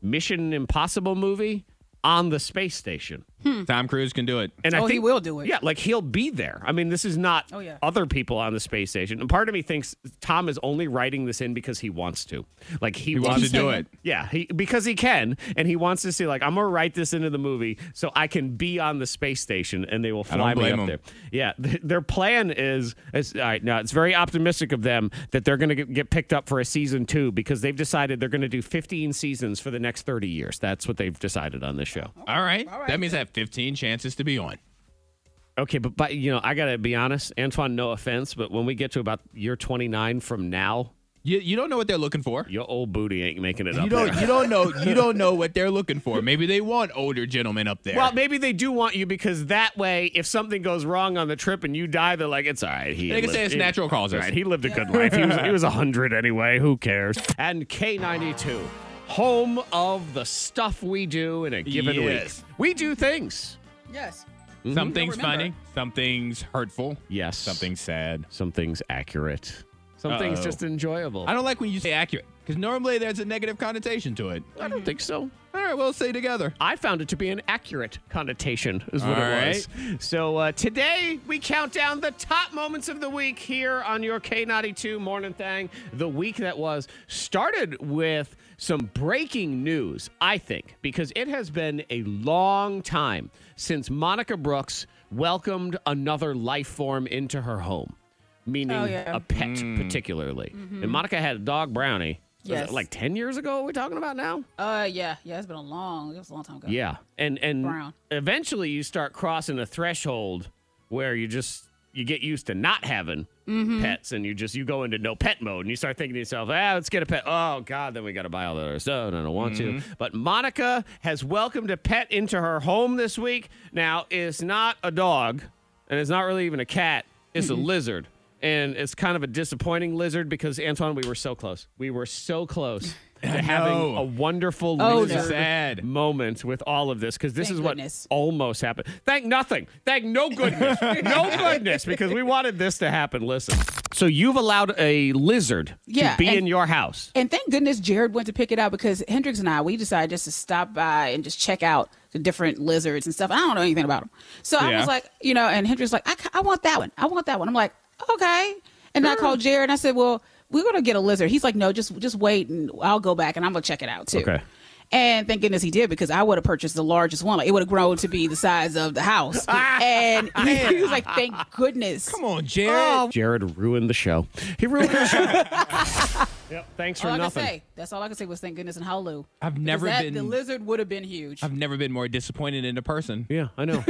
Mission Impossible movie on the space station. Tom Cruise can do it. And Oh, he will do it. Yeah, like he'll be there. I mean, this is not Oh, yeah. other people on the space station. And part of me thinks Tom is only writing this in because he wants to. Like he, He wants to do it. Yeah, he because he can, and he wants to see. Like I'm gonna write this into the movie so I can be on the space station, and they will I don't fly me blame up him. there. Yeah, th- their plan is, is all right. Now it's very optimistic of them that they're gonna get, get picked up for a season two because they've decided they're gonna do 15 seasons for the next 30 years. That's what they've decided on this show. All right. That means I have 15 chances to be on. Okay, but but you know, I gotta be honest, Antoine. No offense, but when we get to about year twenty nine from now, You you don't know what they're looking for. your old booty ain't making it You up. don't there. you don't know you don't know what they're looking for. Maybe they want older gentlemen up there. Well, maybe they do want you because that way, if something goes wrong on the trip and you die, they're like, "It's all right." He They can lived- say it's he- natural causes. Right? He lived a good life. He was he was hundred anyway. Who cares? And K ninety two, home of the stuff we do in a given Yes. week. We do things. Yes. some things Don't remember. funny, some things hurtful, Yes. something sad. Something's accurate. Something's Uh-oh. just enjoyable. I don't like when you say accurate because normally there's a negative connotation to it. I don't think so. All right, we'll say together. I found it to be an accurate connotation, is what All it was. So uh, today we count down the top moments of the week here on your K92 Morning Thing. The week that was started with some breaking news, I think, because it has been a long time since Monica Brooks welcomed another life form into her home. meaning Oh, yeah. Mm-hmm. a pet particularly. And Monica had a dog brownie. Was it Yes. like 10 years ago we're talking about now? Uh, yeah, yeah. It's been a long. It was a long time ago. Yeah. And and Brown. eventually you start crossing a threshold where you just you get used to not having Mm-hmm. pets and you just you go into no pet mode and you start thinking to yourself, ah, let's get a pet. Oh God, then we gotta buy all that other stuff and I don't want Mm-hmm. to. But Monica has welcomed a pet into her home this week. Now it's not a dog and it's not really even a cat, it's Mm-hmm. a lizard. And it's kind of a disappointing lizard because Antoine, we were so close. We were so close to having know. a wonderful Oh, lizard no. Sad. moment with all of this because this Thank is what goodness. almost happened. Thank nothing. Thank no goodness. no goodness because we wanted this to happen. Listen. So you've allowed a lizard Yeah, to be and- in your house. And thank goodness Jared went to pick it up because Hendrix and I, we decided just to stop by and just check out the different lizards and stuff. I don't know anything about them. So I Yeah. was like, you know, and Hendrix like, I, ca- I want that one. I want that one. I'm like, okay. And I called Jared and I said, well, we're going to get a lizard. He's like, no, just just wait and I'll go back and I'm going to check it out too. Okay. And thank goodness he did because I would have purchased the largest one. Like it would have grown to be the size of the house. and he, he was like, thank goodness. Come on, Jared. Oh. Jared ruined the show. He ruined the show. yep. Thanks for all I can nothing. say, that's all I can say was thank goodness and hallelujah. I've Because never that, been- The lizard would have been huge. I've never been more disappointed in a person. Yeah, I know.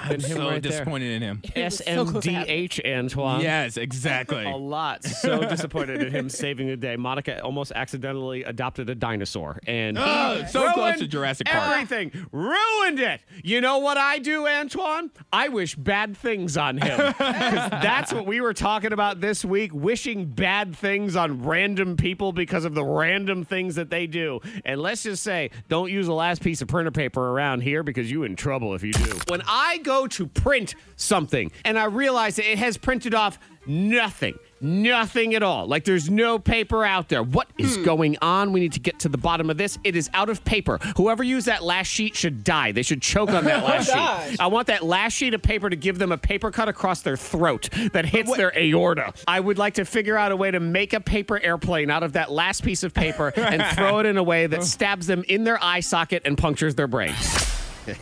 I'm so right there. disappointed in him. S so M close to D happening. H Antoine. Yes, exactly. A lot. So disappointed at him saving the day. Monica almost accidentally adopted a dinosaur, and he Oh, so close ruined to Jurassic Park. Everything ruined it. You know what I do, Antoine? I wish bad things on him. 'Cause that's what we were talking about this week: wishing bad things on random people because of the random things that they do. And let's just say, don't use the last piece of printer paper around here because you in trouble if you do. When I go to print something and I realize that it has printed off nothing. Nothing at all. Like there's no paper out there. What is going on? We need to get to the bottom of this. It is out of paper. Whoever used that last sheet should die. They should choke on that last sheet. I want that last sheet of paper to give them a paper cut across their throat that hits their aorta. I would like to figure out a way to make a paper airplane out of that last piece of paper and throw it in a way that stabs them in their eye socket and punctures their brain.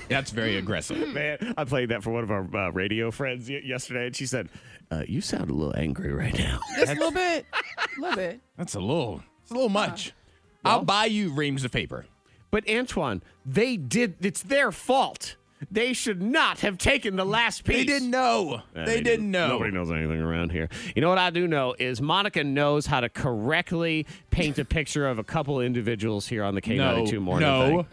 That's very aggressive. Man, I played that for one of our uh, radio friends y- yesterday, and she said, uh, "You sound a little angry right now." Just a little bit. A little bit. That's a little. It's a little much. I'll buy you reams of paper. But Antoine, they did. It's their fault. They should not have taken the last piece. They didn't know. they didn't know. Nobody knows anything around here. You know what I do know is Monica knows how to correctly paint a picture of a couple individuals here on the No, K92 no, morning. no, thing.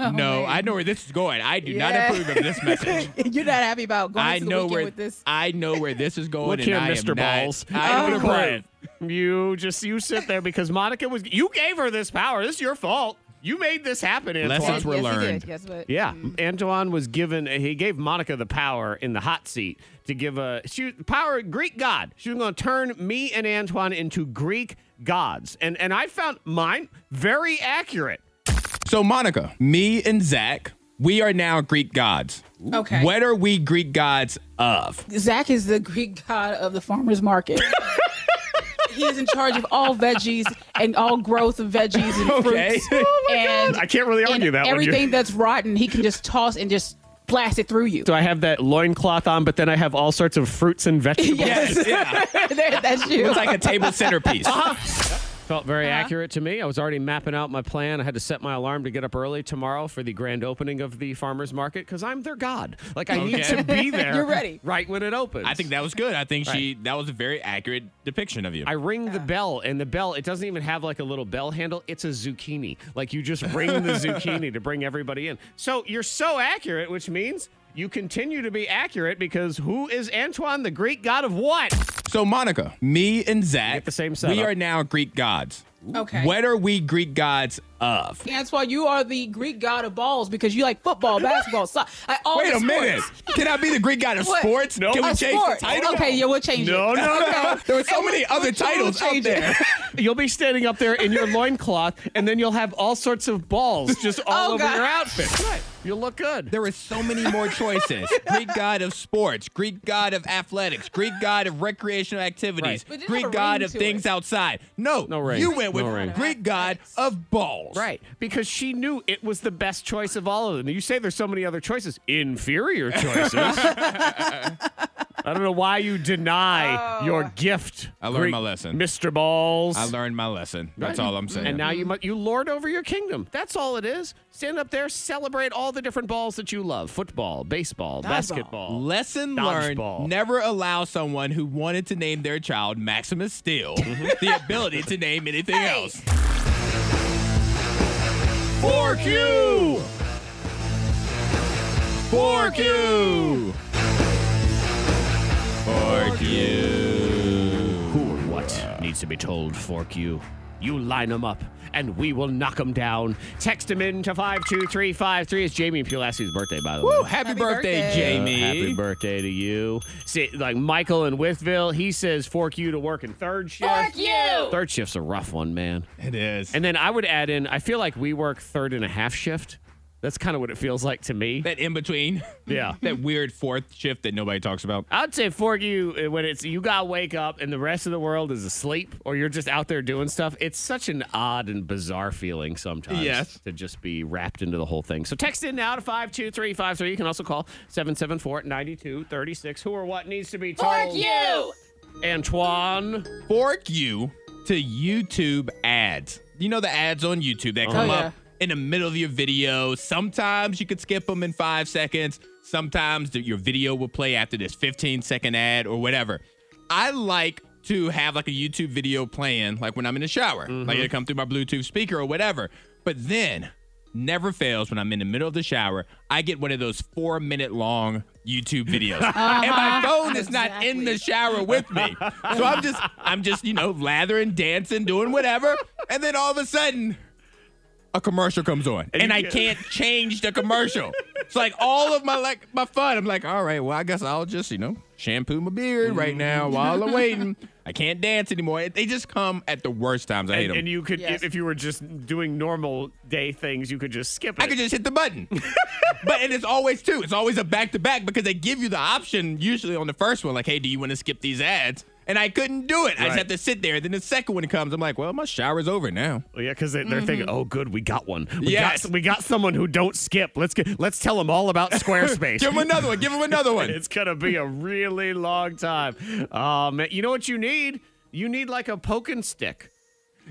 I know where this is going. I do Oh, Yeah. not approve of this message. You're not happy about going I to the know weekend where with this. Oh. I know where this is going. Look Oh, and here, I am Mr. not- Balls. I am Don't not be approved. quiet. You just you sit there because Monica was. You gave her this power. This is your fault. You made this happen, Antoine. Lessons were yes, He learned. did. Yes, but Yeah, Antoine was given. He gave Monica the power in the hot seat to give a she power Greek god. She was going to turn me and Antoine into Greek gods, and and I found mine very accurate. So, Monica, me and Zach, we are now Greek gods. Okay. What are we Greek gods of? Zach is the Greek god of the farmer's market. he is in charge of all veggies and all growth of veggies and Okay. fruits. Oh my and, God. I can't really and argue that one. Everything You- that's rotten, he can just toss and just blast it through you. So I have that loincloth on, but then I have all sorts of fruits and vegetables. Yes, yeah. There- that's you. It's like a table centerpiece. Felt very Uh-huh. accurate to me. I was already mapping out my plan. I had to set my alarm to get up early tomorrow for the grand opening of the farmers market because I'm their god. Like I need Okay. to be there. You're ready. right when it opens. I think that was good. I think she that was a very accurate depiction of you. I ring the bell, and the bell, it doesn't even have like a little bell handle. It's a zucchini. Like you just ring the zucchini to bring everybody in. So you're so accurate, which means you continue to be accurate because who is Antoine, the Greek god of what? so, Monica, me and Zach, the same we setup. are now Greek gods. okay. What are we Greek gods of? That's why you are the Greek god of balls because you like football, basketball, soccer, like all Wait Oh, the a minute. sports. Can I be the Greek god of What? sports? Can we A change sport. the title? Okay, yeah, we'll change No, it. no, Okay. There were so And many we'll- other we'll titles out change it. there. You'll be standing up there in your loincloth, and then you'll have all sorts of balls just all Oh, over God. your outfit. You'll look good. There were so many more choices. Greek god of sports, Greek god of athletics, Greek god of recreational activities, But it didn't have Greek a god ring of to things it. outside. No, No ring. you went with No ring. Greek god of balls. Right, because she knew it was the best choice of all of them. You say there's so many other choices, inferior choices. I don't know why you deny your gift. I learned my lesson. Mr. Balls. I learned my lesson. That's all I'm saying. And now you mu- you lord over your kingdom. That's all it is. Stand up there, celebrate all the different balls that you love: football, baseball, basketball. Lesson Dodgeball. learned: never allow someone who wanted to name their child Maximus Steel Mm-hmm. the ability to name anything else. Fork you! Fork you! Fork you! Who or what needs to be told, Fork you? You line them up, and we will knock them down. Text them in to 52353. It's Jamie Pulaski's birthday, by the way. Woo! Oh, Happy, birthday, birthday. Jamie! Uh, happy birthday to you. See, like Michael in Withville, he says fork you to work in third shift. Fork you! Third shift's a rough one, man. It is. And then I would add in, I feel like we work third and a half shift. That's kind of what it feels like to me. that in between, Yeah. that weird fourth shift that nobody talks about. I'd say fork you uh, when it's you got to wake up and the rest of the world is asleep or you're just out there doing stuff. It's such an odd and bizarre feeling sometimes Yes. to just be wrapped into the whole thing. So text in now to 52353. You can also call 774-9236. Who or what needs to be told? Fork you! Antoine. fork you to YouTube ads. You know the ads on YouTube that come Oh, up in the middle of your video. Sometimes you could skip them in five seconds. Sometimes th- your video will play after this 15 second ad or whatever. I like to have like a YouTube video playing, like when I'm in the shower, like it come through my Bluetooth speaker or whatever. But then, never fails when I'm in the middle of the shower, I get one of those four minute long YouTube videos, and my phone is not in the shower with me. So I'm just, I'm just, you know, lathering, dancing, doing whatever, and then all of a sudden, a commercial comes on, and, I can't change the commercial. It's like all of my like my fun. I'm like, all right, well, I guess I'll just you know shampoo my beard right now while I'm waiting. I can't dance anymore. They just come at the worst times. I hate And, them. and you could, Yes. if you were just doing normal day things, you could just skip it. I could just hit the button. but and it's always two. It's always a back to back because they give you the option usually on the first one, like, hey, do you want to skip these ads? And I couldn't do it. I just Right. have to sit there. Then the second one comes. I'm like, well, my shower's over now. yeah, because they, they're thinking, "Oh, good, we got one. We Mm-hmm. Yes. got we got someone who don't skip. Let's get, let's tell them all about Squarespace. Give him another one. Give him another one. it's gonna be a really long time. Oh man, you know what you need? You need like a poking stick.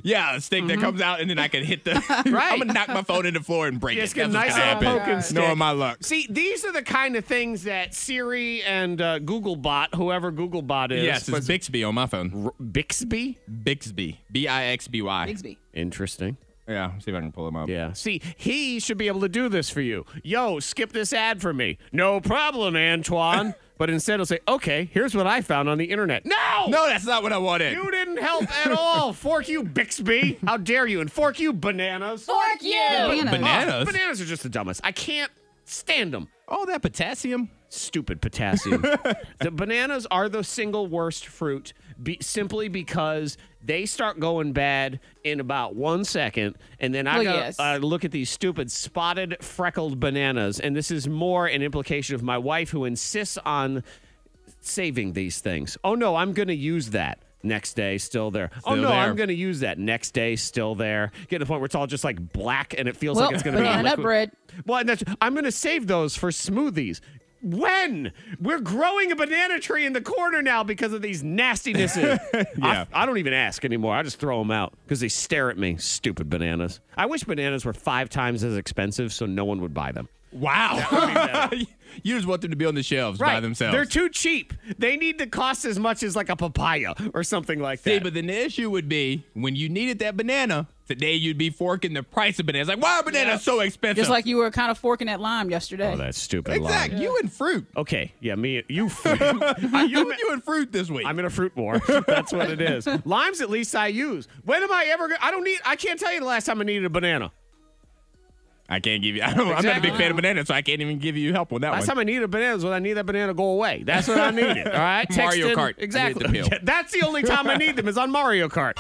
Yeah, a stick that comes out, and then I can hit the. I'm gonna knock my phone in the floor and break Just it. get a That's nice what's gonna little happen. poking stick. Knowing my luck. See, these are the kind of things that Siri and uh, Googlebot, whoever Googlebot is, Yes, but- it's Bixby on my phone. Bixby. Bixby, B I X B Y. Bigsby. Interesting. Yeah, see if I can pull him up. Yeah. See, he should be able to do this for you. Yo, skip this ad for me. No problem, Antoine. but instead, he'll say, okay, here's what I found on the internet. No! No, that's not what I wanted. You didn't help at all. Fork you, Bixby. How dare you? And fork you, bananas. Fork you! Banana. Bananas. Bananas are just the dumbest. I can't stand them. Oh, that potassium. Stupid potassium. the bananas are the single worst fruit be- simply because they start going bad in about one second. And then I Well, gotta, yes. uh, look at these stupid spotted, freckled bananas. And this is more an implication of my wife who insists on saving these things. Oh no, I'm going to use that. Next day, still there. oh Still no, there. I'm going to use that. Next day, still there. Get to the point where it's all just like black and it feels Well, like it's going to be banana liquid. bread. Well, and that's, I'm going to save those for smoothies. When we're growing a banana tree in the corner now because of these nastinesses, Yeah. I, I don't even ask anymore. I just throw them out because they stare at me. Stupid bananas. I wish bananas were five times as expensive so no one would buy them. Wow. you just want them to be on the shelves by themselves. They're too cheap. They need to cost as much as like a papaya or something like See, that. but then the issue would be when you needed that banana, today you'd be forking the price of bananas. Like, why are bananas so expensive? Just like you were kind of forking that lime yesterday. oh, that's stupid. line. exactly. You and fruit. Okay. Yeah. Me. You. Are you You and fruit this week. I'm in a fruit war. That's what it is. Limes, at least I use. When am I ever? Gonna, I don't need. I can't tell you the last time I needed a banana. I can't give you. I don't, I'm not a big fan of bananas, so I can't even give you help on that Last one. time I needed a banana was when I need that banana to go away. That's what I needed. All right. Text Mario in- Kart. I needed Exactly. the pill. Yeah, That's the only time I need them is on Mario Kart.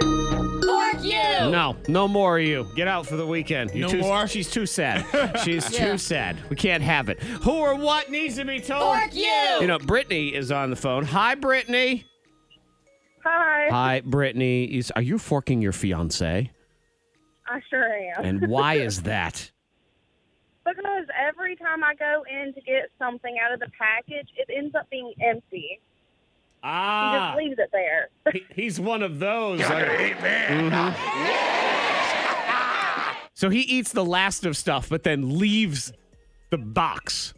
Fork you! No, no more of you. Get out for the weekend. You're No too, more? She's too sad. She's Yeah. too sad. We can't have it. Who or what needs to be told? Fork you! You know, Brittany is on the phone. Hi, Brittany. Hi. Hi, Brittany. Is, are you forking your fiance? I sure am. And why is that? Because because every time I go in to get something out of the package, it ends up being empty. He Ah, just leaves it there. he- he's one of those. Mhm. So he eats the last of stuff, but then leaves the box.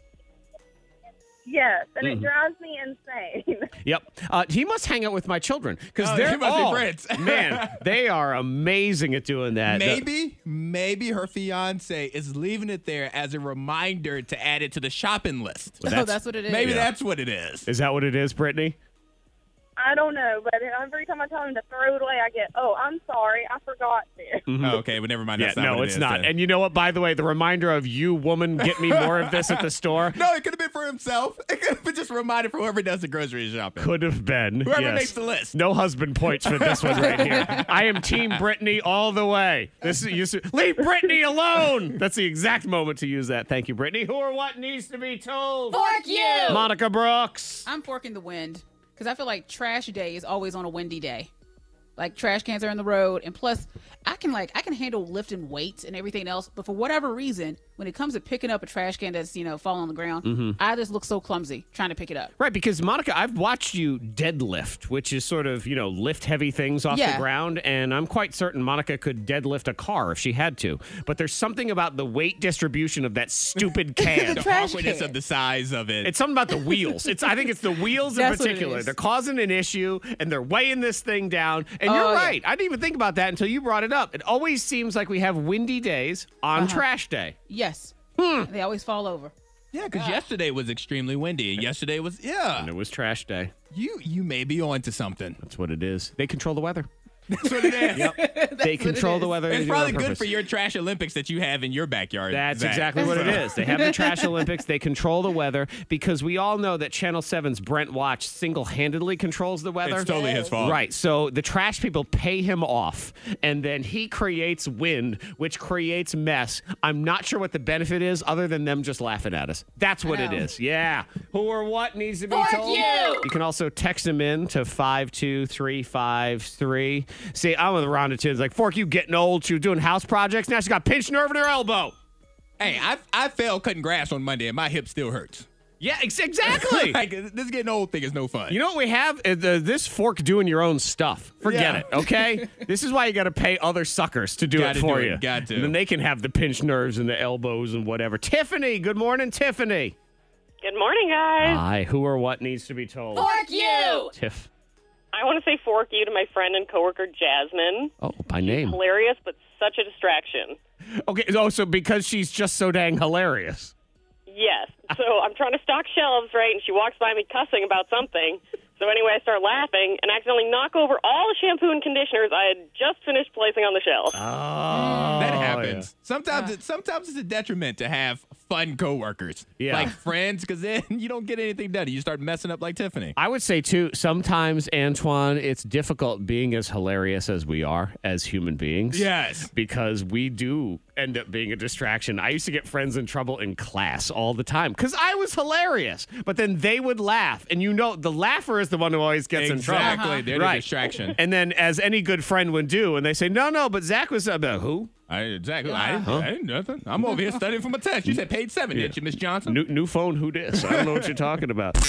yes, and it drives me insane. Yep. Uh, he must hang out with my children because Oh, they're he must be all- friends. man, they are amazing at doing that. The- Maybe, maybe her fiance is leaving it there as a reminder to add it to the shopping list. oh, that's what it is. Maybe that's what it is. Is that what it is, Brittany? I don't know, but every time I tell him to throw it away, I get, "Oh, I'm sorry, I forgot this." Oh, okay, but never mind. That's yeah, not no, what it it's is not. then. And you know what? By the way, the reminder of you, woman, get me more of this at the store no, it could have been for himself. It could have been just reminded for whoever does the grocery shopping. could have been. Whoever yes. makes the list. No husband points for this one right here. I am Team Brittany all the way. This is you. should- Leave Brittany alone. That's the exact moment to use that. Thank you, Brittany. Who or what needs to be told? Fork you! Monica Brooks. I'm forking the wind because I feel like trash day is always on a windy day. Like trash cans are in the road, and plus, I can like I can handle lifting weights and everything else. But for whatever reason, when it comes to picking up a trash can that's you know falling on the ground, Mm-hmm. I just look so clumsy trying to pick it up. Right, because Monica, I've watched you deadlift, which is sort of, you know, lift heavy things off the Yeah. ground. And I'm quite certain Monica could deadlift a car if she had to. But there's something about the weight distribution of that stupid can. The trash awkwardness can. of the size of it. It's something about the wheels. It's I think it's the wheels in That's what it particular. is. They're causing an issue and they're weighing this thing down. And Oh, you're yeah. right. I didn't even think about that until you brought it up. It always seems like we have windy days on Uh-huh. trash day. Yes, they always fall over. yeah, because yesterday was extremely windy. and Yesterday was yeah. And it was trash day. You you may be onto something. That's what it is. They control the weather. That's what it is. they control the weather. They It's do it on probably good purpose. for your trash Olympics that you have in your backyard. That's Zach. exactly what it is. They have the Trash Olympics. They control the weather because we all know that Channel 7's Brent Watch single handedly controls the weather. It's totally his fault. Right. So the trash people pay him off, and then he creates wind, which creates mess. I'm not sure what the benefit is other than them just laughing at us. That's what it know. is. Yeah. Who or what needs to be Fork told? you! You can also text them in to 52353. See, I'm with Rhonda too. It's like, Fork, you getting old. She was doing house projects. Now she got pinched nerve in her elbow. Hey, I I fell cutting grass on Monday and my hip still hurts. Yeah, ex- exactly. like this getting old thing is no fun. You know what we have? Uh, the- this fork doing your own stuff. Forget Yeah. it, okay? this is why you got to pay other suckers to do Gotta it for do it, you. got to. And then they can have the pinched nerves and the elbows and whatever. Tiffany, good morning, Tiffany. Good morning, guys. Hi, Oh. who or what needs to be told? Fork you! Tiff. I want to say fork you to my friend and coworker Jasmine. Oh, by name. Hilarious, but such a distraction. Okay, oh, so because she's just so dang hilarious. Yes. So I'm trying to stock shelves, right? And she walks by me cussing about something. So anyway, I start laughing and accidentally knock over all the shampoo and conditioners I had just finished placing on the shelf. that Oh, happens. Sometimes it, sometimes it's a detriment to have fun coworkers, Yeah. like friends, because then you don't get anything done. You start messing up like Tiffany. I would say too. Sometimes Antoine, it's difficult being as hilarious as we are as human beings. Yes. because we do end up being a distraction. I used to get friends in trouble in class all the time because I was hilarious, but then they would laugh, and you know the laugher is the one who always gets in trouble. Uh-huh. exactly. They're the Right. distraction. And then, as any good friend would do, and they say, "No, no," but Zach was about who? I, exactly. I, didn't, I didn't nothing. I'm over here studying for my test. You said page seven, didn't you, Miss Johnson? New, new phone? Who dis? I don't know what you're talking about. The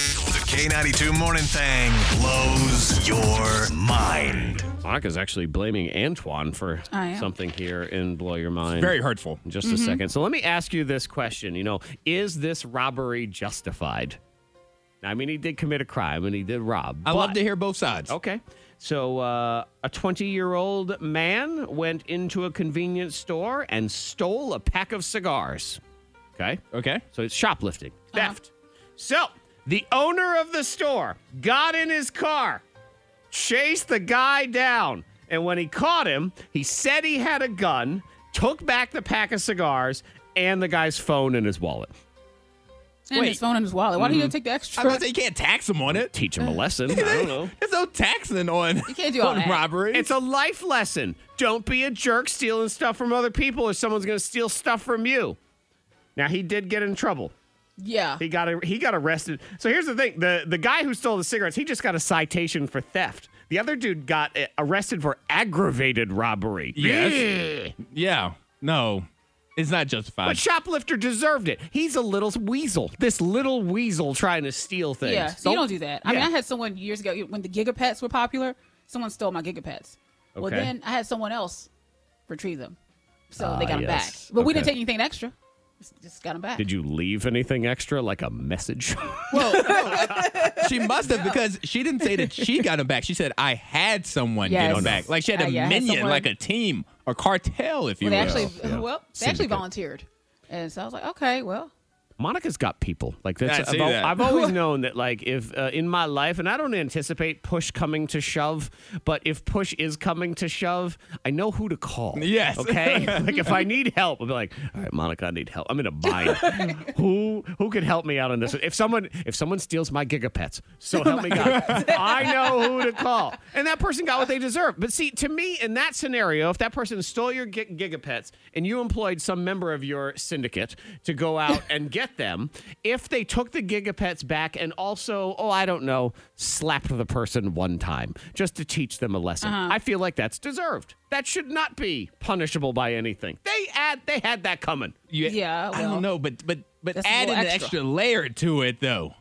K92 Morning Thang blows your mind. Monica's actually blaming Antoine for I am. something here in Blow Your Mind. Very hurtful. in just a second. So let me ask you this question. You know, is this robbery justified? I mean, he did commit a crime and he did rob. I love but- Oh, to hear both sides. Okay. So uh, a 20 year old man went into a convenience store and stole a pack of cigars. Okay. Okay. So it's shoplifting, Uh-huh. theft. So the owner of the store got in his car, chased the guy down, and when he caught him, he said he had a gun, took back the pack of cigars, and the guy's phone and his wallet. And Wait. his phone and his wallet. Why do you take the extra? I was about to say you can't tax them on it. Teach him a lesson. I don't know. There's no taxing on. You can't do all on that. robbery. It's a life lesson. Don't be a jerk stealing stuff from other people or someone's going to steal stuff from you. Now he did get in trouble. yeah, He got he got arrested. So here's the thing: the the guy who stole the cigarettes, he just got a citation for theft. The other dude got eh, uh, arrested for aggravated robbery. Yes. yeah. No. It's not justified. But shoplifter deserved it. He's a little weasel. This little weasel trying to steal things. Yeah, so you don't do that. I Yeah. mean, I had someone years ago when the Gigapets were popular. Someone stole my Gigapets. Well, Okay. then I had someone else retrieve them, so they got them Ah, yes. back. But we didn't Okay. take anything extra. Just- Just got them back. Did you leave anything extra, like a message? she must have because she didn't say that she got him back. She said I had someone get Yes. him back. Like she had a Uh, yeah, I had minion, someone- like a team or cartel, if you Well, they will. actually, well, they actually volunteered, and so I was like, okay, well, Monica's got people like that's. Yeah, I see I've, al- that. I've always known that, like, if uh, in my life, and I don't anticipate push coming to shove, but if push is coming to shove, I know who to call. Yes. Okay. like if I need help, I'll be like, all right, Monica, I need help. I'm in a bind. who who can help me out on this? If someone if someone steals my gigapets, so help me God, I know who to call. And that person got what they deserve. But see, to me, in that scenario, if that person stole your gi- gigapets and you employed some member of your syndicate to go out and get them, if they took the gigapets back and also, oh, I don't know, slapped the person one time just to teach them a lesson, Uh-huh. I feel like that's deserved. That should not be punishable by anything. They had they had that coming. You- Yeah, I well, don't know, but but but that's a adding little an extra. extra layer to it though.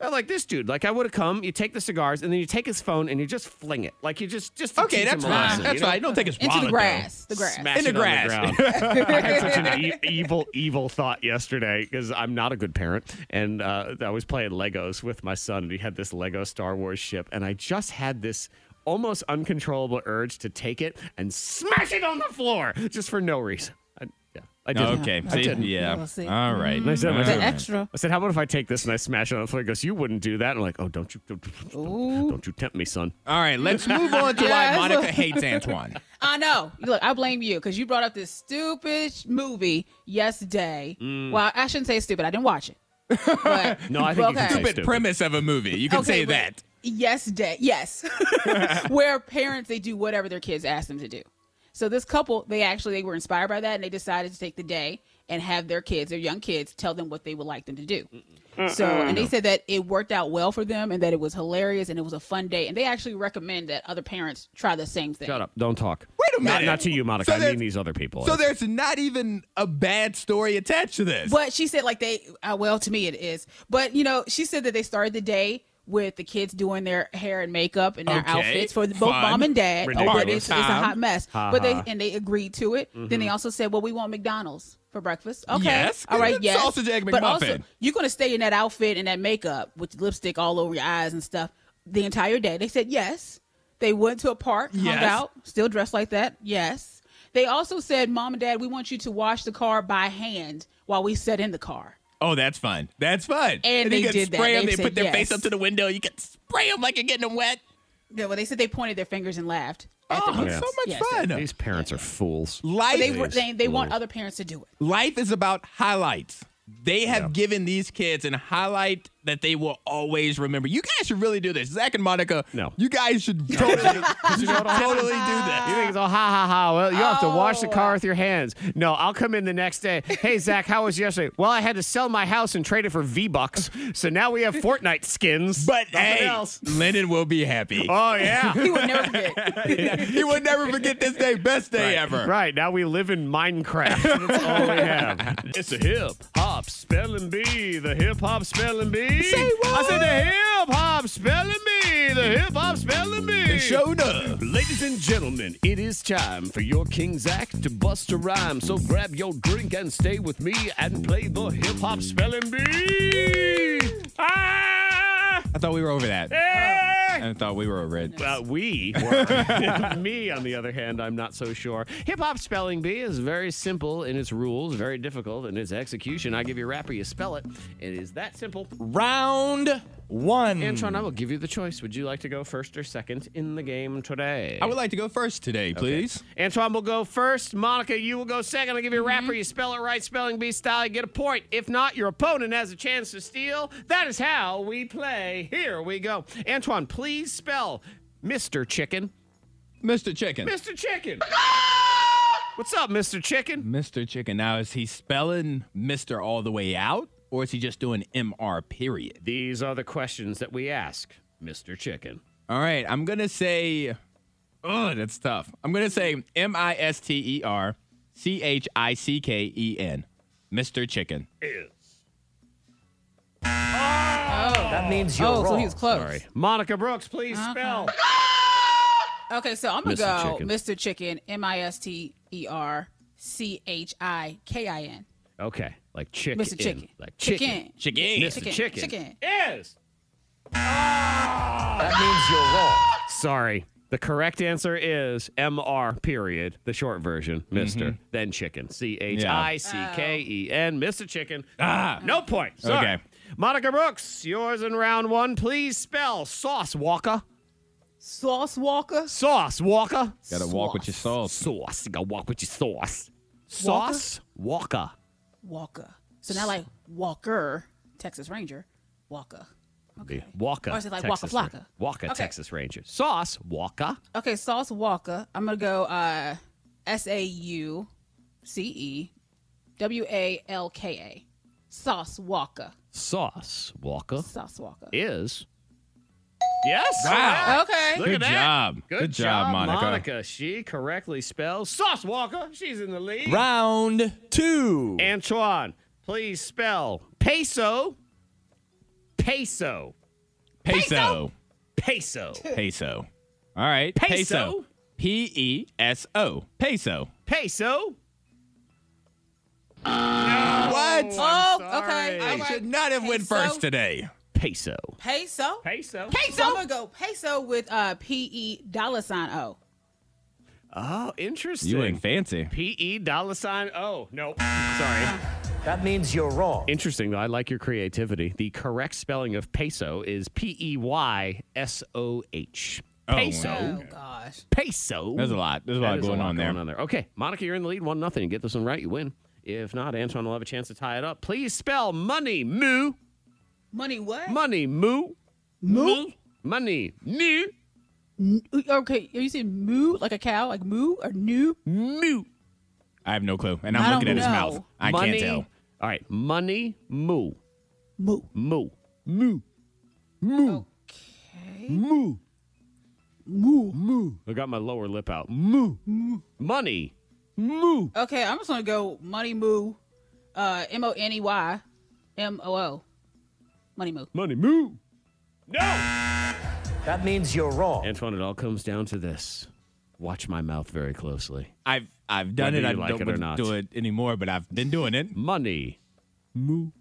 I like this dude. Like I would have come. You take the cigars and then you take his phone and you just fling it. Like you just just to Okay, teach that's him a lesson, fine. you That's know? fine. Don't take his into wallet, the though. grass, the grass. Smash In the it on grass. ground. I had such an e- evil, evil thought yesterday because I'm not a good parent, and uh, I was playing Legos with my son, and he had this Lego Star Wars ship, and I just had this almost uncontrollable urge to take it and smash it on the floor just for no reason. I, yeah, I did. Okay. See, didn't. Mm-hmm. yeah. We'll see. All right. I said, I the said- extra. I said, "How about if I take this and I smash it on the floor?" He goes, "You wouldn't do that." I'm like, "Oh, don't you, don't, don't, don't you tempt me, son." All right. Let's move on to Yeah, why that's Monica what- hates Antoine. I know. Look, I blame you because you brought up this stupid sh- movie yesterday. Well, I shouldn't say stupid. I didn't watch it. But, No, I think you can say Stupid, stupid. premise of a movie. You can say but that. Yesterday, yes. Where parents they do whatever their kids ask them to do. So this couple, they actually they were inspired by that and they decided to take the day and have their kids, their young kids, tell them what they would like them to do. So and they said that it worked out well for them and that it was hilarious and it was a fun day. And they actually recommend that other parents try the same thing. Shut up! Don't talk. Wait Not- a minute. Not, to you, Monica. So I there's- mean these other people. So there's not even a bad story attached to this. But she said like they uh, well to me it is. But you know, she said that they started the day with the kids doing their hair and makeup and their Okay, outfits for both fun, mom and dad. ridiculous. Although It's, it's a hot mess. But they Ha-ha. and they agreed to it. Then they also said, "Well, we want McDonald's for breakfast." Okay. Mm-hmm. Yes, All right, good yes. sausage, egg, but also, McMuffin. you're going to stay in that outfit and that makeup with lipstick all over your eyes and stuff the entire day. They said yes. They went to a park, Yes. hung out, still dressed like that. Yes. They also said, "Mom and Dad, we want you to wash the car by hand while we sit in the car." oh, that's fun. That's fun. And you they can did that. spray them. They They, put said their yes. face up to the window. You can spray them like you're getting them wet. Yeah, well, they said they pointed their fingers and laughed. at Oh, the so parents. much Yes. fun. these parents are fools. Life They were they, they want other parents to do it. life is about highlights. They have given these kids an highlight that they will always remember. You guys should really do this. Zach and Monica, No. you guys should totally, you should totally do You Oh. this. think it's all ha ha ha. Well, you have to wash the car with your hands. No, I'll come in the next day. Hey, Zach, how was yesterday? Well, I had to sell my house and trade it for V Bucks. So now we have Fortnite skins. But Nothing hey, else. Lennon will be happy. Oh, yeah. He would never forget. he will never forget this day. Best day ever. Right. Now we live in Minecraft. That's all we have. It's a hip hop spelling bee. The hip hop spelling bee. Say what? I said the hip hop spelling bee. The hip hop spelling bee. It showed up. Ladies and gentlemen, it is time for your King Zach to bust a rhyme. So grab your drink and stay with me and play the hip hop spelling bee. Ah! I thought we were over that. Eh! I thought we were over it. Uh, we were. Me, on the other hand, I'm not so sure. Hip hop spelling bee is very simple in its rules, very difficult in its execution. I give you a rapper, you spell it. It is that simple. Round one. Antron, I will give you the choice. Would you like to go first or second in the game today? I would like to go first today, please. Antoine will go first. Monica, you will go second. I'll give you a Mm-hmm. rapper. You spell it right, spelling bee style. You get a point. If not, your opponent has a chance to steal. That is how we play. Here we go. Antoine, please spell Mr. Chicken. Mr. Chicken. Mr. Chicken. What's up, Mr. Chicken? Mr. Chicken. Now, is he spelling Mr. all the way out, or is he just doing MR period? These are the questions that we ask, Mr. Chicken. All right, I'm gonna say, oh, that's tough. I'm gonna say M I S T E R C H I C K E N. Mr. Chicken. That means you're Oh, so he was close. Sorry. Monica Brooks, please spell. Okay, so I'm gonna Mr. go Chicken. Mr. Chicken, M I S T E R C H I K I N. Okay, like chick Mr. in. Chicken. Like chicken. Chicken. Chicken. Mr. Chicken. Chicken. Is. That means you're wrong. Sorry. The correct answer is MR, period, the short version, mister Then chicken. C H I C K E N, Mr. Chicken. Ah. No point. Sorry. Okay. Monica Brooks, yours in round one. Please spell sauce walker. Sauce Walker. Sauce walker. Gotta walk with your Oh. sauce. Sauce. You gotta walk with your sauce. Sauce walker. Walker. So now like Walker, Texas Ranger, Walker. Okay. Walker. Or is it like Texas Waka Flocka? Ra- Walker, Okay. Texas Ranger. Sauce walker. Okay, Sauce Walker. I'm gonna go uh S A U C E W A L K A. Sauce Walker. Sauce walker Sauce Walker. is. Yes. Wow. Okay. Look Good at that. job. Good job, Monica. She correctly spells Sauce Walker. She's in the lead. Round two. Antoine, please spell peso. Peso. Peso. Peso. Peso. All right. Peso. P E S O. Peso. Peso. What? Oh, sorry. okay. All I right. should not have went Peso. first today. Peso. Peso. Peso. So I'm gonna go peso with uh P E dollar sign O. Oh, interesting. You ain't fancy. P E dollar sign. Oh, no. Sorry. That means you're wrong. Interesting, though. I like your creativity. The correct spelling of peso is P E Y S O H. Oh, Peso. wow. Oh gosh. Peso. There's a lot. There's a That lot is going on there. Okay, Monica, you're in the lead, one nothing. You get this one right, you win. If not, Antoine will have a chance to tie it up. Please spell money moo, Money what? money moo, moo, money moo, okay, are you saying moo like a cow, like moo or new? moo. I have no clue. And I'm I looking at don't his know. mouth. I money, can't tell. All right, money moo, Moo. moo, moo, moo, Okay. moo, Moo. moo. I got my lower lip out. Moo, money, moo. Okay, I'm just gonna go money moo, uh M O N E Y, M O O, money moo. Money moo. That means you're wrong. Antoine, it all comes down to this. Watch my mouth very closely. I've I've done Whether it. you I like don't it or want not. to do it anymore, but I've been doing it. Money. Moo.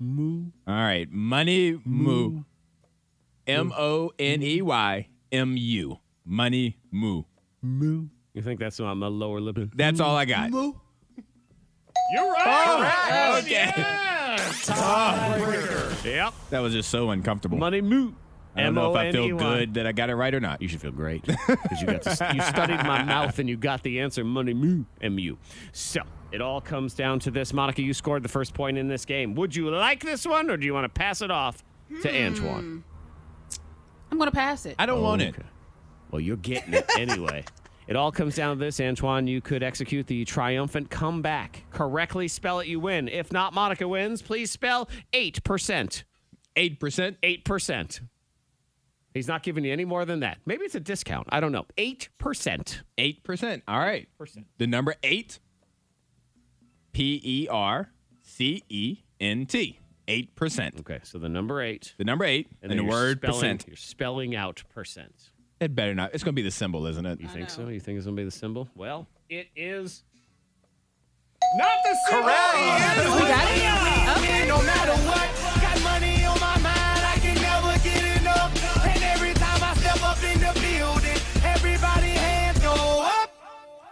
Moo. All right. Money moo. M O N E Y M U. Money moo. Moo. You think that's on my lower lip? That's all I got. Moo. You're right. Okay. Yep. That was just so uncomfortable. Money moo. I don't know if I feel M-O-N-E-Y. good that I got it right or not. You should feel great. 'Cause you got to, you studied my mouth and you got the answer. Money moo. M U. So it all comes down to this. Monica, you scored the first point in this game. Would you like this one, or do you want to pass it off to Antoine? I'm gonna pass it. Hmm. I don't want it. Okay. Well, you're getting it anyway. It all comes down to this, Antoine. You could execute the triumphant comeback. Correctly spell it, you win. If not, Monica wins. Please spell 8%. Eight percent. eight percent. He's not giving you any more than that. Maybe it's a discount. I don't know. Eight percent. Eight percent. All right. The number eight. P E R C E N T. Eight percent. Okay, so the number eight The number eight and, the then you're word spelling, percent. You're spelling out percent. It better not. It's gonna be the symbol, isn't it? You think so? You think it's gonna be the symbol? Well, it is not the symbol. we got it. Okay. No matter what, got money on my mind, I can never get enough. And every time I step up in the building, everybody hands go up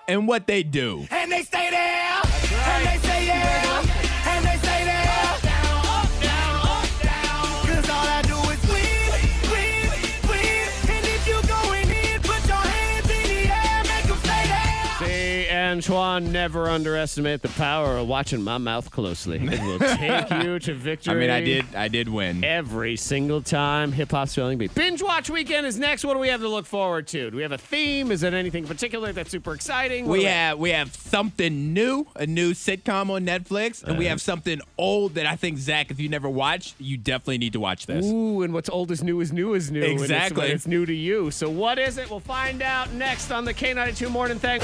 And what they do. and they stay there. And they stay there. And they stay there. Cause all I do is win, win, win. And if you going in, put your hands in the air, make 'em stay there. See, Antoine, never underestimate the power of watching my mouth closely. It will take you to victory. I mean, I did. I did win. every single time hip hop spelling bee. Binge watch weekend is next. What do we have to look forward to? Do we have a theme? Is it anything particular that's super exciting? What We do have we have something new, a new sitcom on Netflix, and we have something old that I think Zach, if you never watched, you definitely need to watch this. Ooh, and what's old is new is new is new. and it's- Exactly. it's, new to you. So what is it? We'll find out next on the K92 Morning Thing.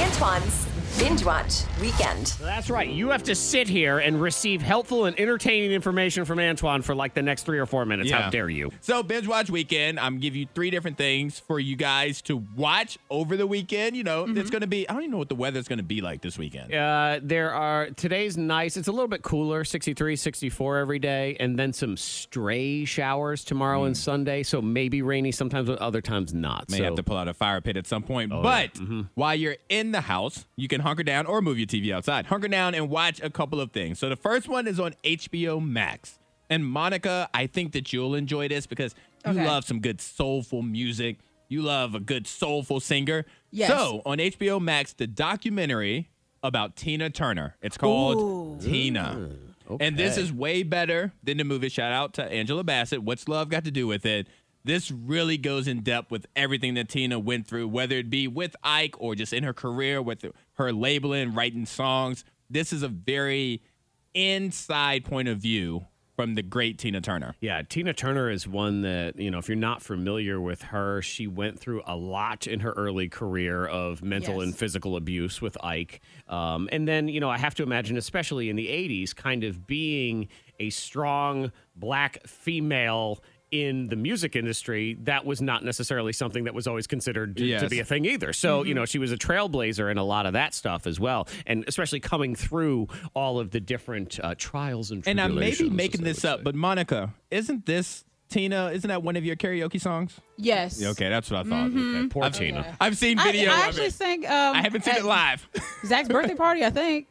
Antoine's Binge Watch Weekend. That's right. You have to sit here and receive helpful and entertaining information from Antoine for like the next three or four minutes. Yeah. How dare you? So binge watch weekend, I'm give you three different things for you guys to watch over the weekend. You know, it's gonna be I don't even know what the weather's gonna be like this weekend. Uh, there are today's nice. It's a little bit cooler, 63, 64 every day, and then some stray showers tomorrow and Sunday. So maybe rainy sometimes, but other times not. Hmm. May so have to pull out a fire pit at some point. but while you're in the house, you can hunker down or move your TV outside. Hunker down and watch a couple of things. So the first one is on HBO Max. And Monica, I think that you'll enjoy this because you Okay. love some good soulful music. You love a good soulful singer. Yes. So on HBO Max, the documentary about Tina Turner. It's called Tina. And this is way better than the movie. Shout out to Angela Bassett. What's love got to do with it? This really goes in depth with everything that Tina went through, whether it be with Ike or just in her career with her labeling, writing songs. This is a very inside point of view from the great Tina Turner. Yeah, Tina Turner is one that, you know, if you're not familiar with her, she went through a lot in her early career of mental Yes. and physical abuse with Ike. Um, and then, you know, I have to imagine, especially in the 80s, kind of being a strong black female in the music industry, that was not necessarily something that was always considered to- to Yes. Mm-hmm. be a thing either. So, you know, she was a trailblazer in a lot of that stuff as well. And especially coming through all of the different uh, trials and And I tribulations. may be as making they this would up, say. but Monica, isn't this Tina? Isn't that one of your karaoke songs? Yes. Yeah, okay, that's what I thought. Okay. Poor Tina. I've seen Mm-hmm. I, video. I of actually it. sang. Um, I haven't seen at it live. Zach's birthday party, I think.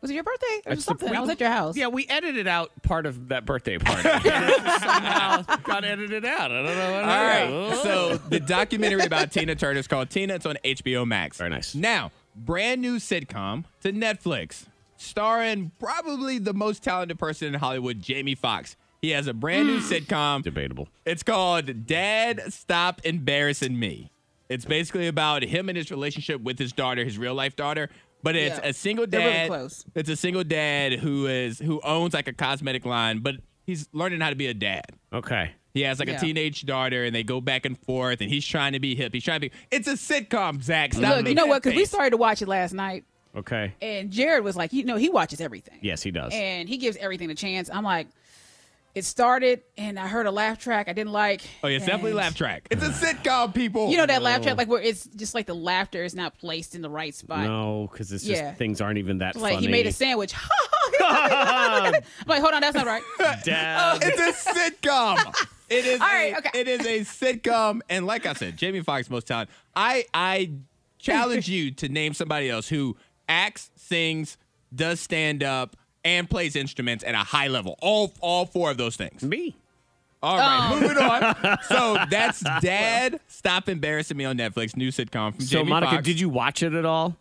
Was it your birthday or It's the- something? we- I was at your house. Yeah, we edited out part of that birthday party. Somehow got edited out. I don't know. What Oh. All right. Oh. So the documentary about Tina Turner is called Tina. It's on HBO Max. Very nice. Now, brand new sitcom to Netflix, starring probably the most talented person in Hollywood, Jamie Foxx. He has a brand new Mm. sitcom. debatable. It's called Dad Stop Embarrassing Me. It's basically about him and his relationship with his daughter, his real life daughter. But it's Yeah. a single They're dad. really close. It's a single dad who is who owns like a cosmetic line, but he's learning how to be a dad. Okay. He has like a Yeah. teenage daughter, and they go back and forth, and he's trying to be hip. He's trying to be. It's a sitcom, Zach. Stop Look, you making know that what? Because we face. started to watch it last night, Okay. and Jared was like, "You know, he watches everything." Yes, he does. And he gives everything a chance. I'm like, it started, and I heard a laugh track I didn't like. Oh, yeah, it's definitely and- laugh track. It's a sitcom, people. You know that laugh track, like where it's just like the laughter is not placed in the right spot. no, because it's just Yeah. things aren't even that Like funny. he made a sandwich. I'm like, hold on, that's not right. Oh. Dad. It's a sitcom. It is. right, a, okay. It is a sitcom, and like I said, Jamie Foxx most talented. I I challenge you to name somebody else who acts, sings, does stand up, and plays instruments at a high level. All all four of those things. Me. All right, moving on. So that's Dad. Stop embarrassing me on Netflix. New sitcom from So Jamie Monica, Foxx. did you watch it at all?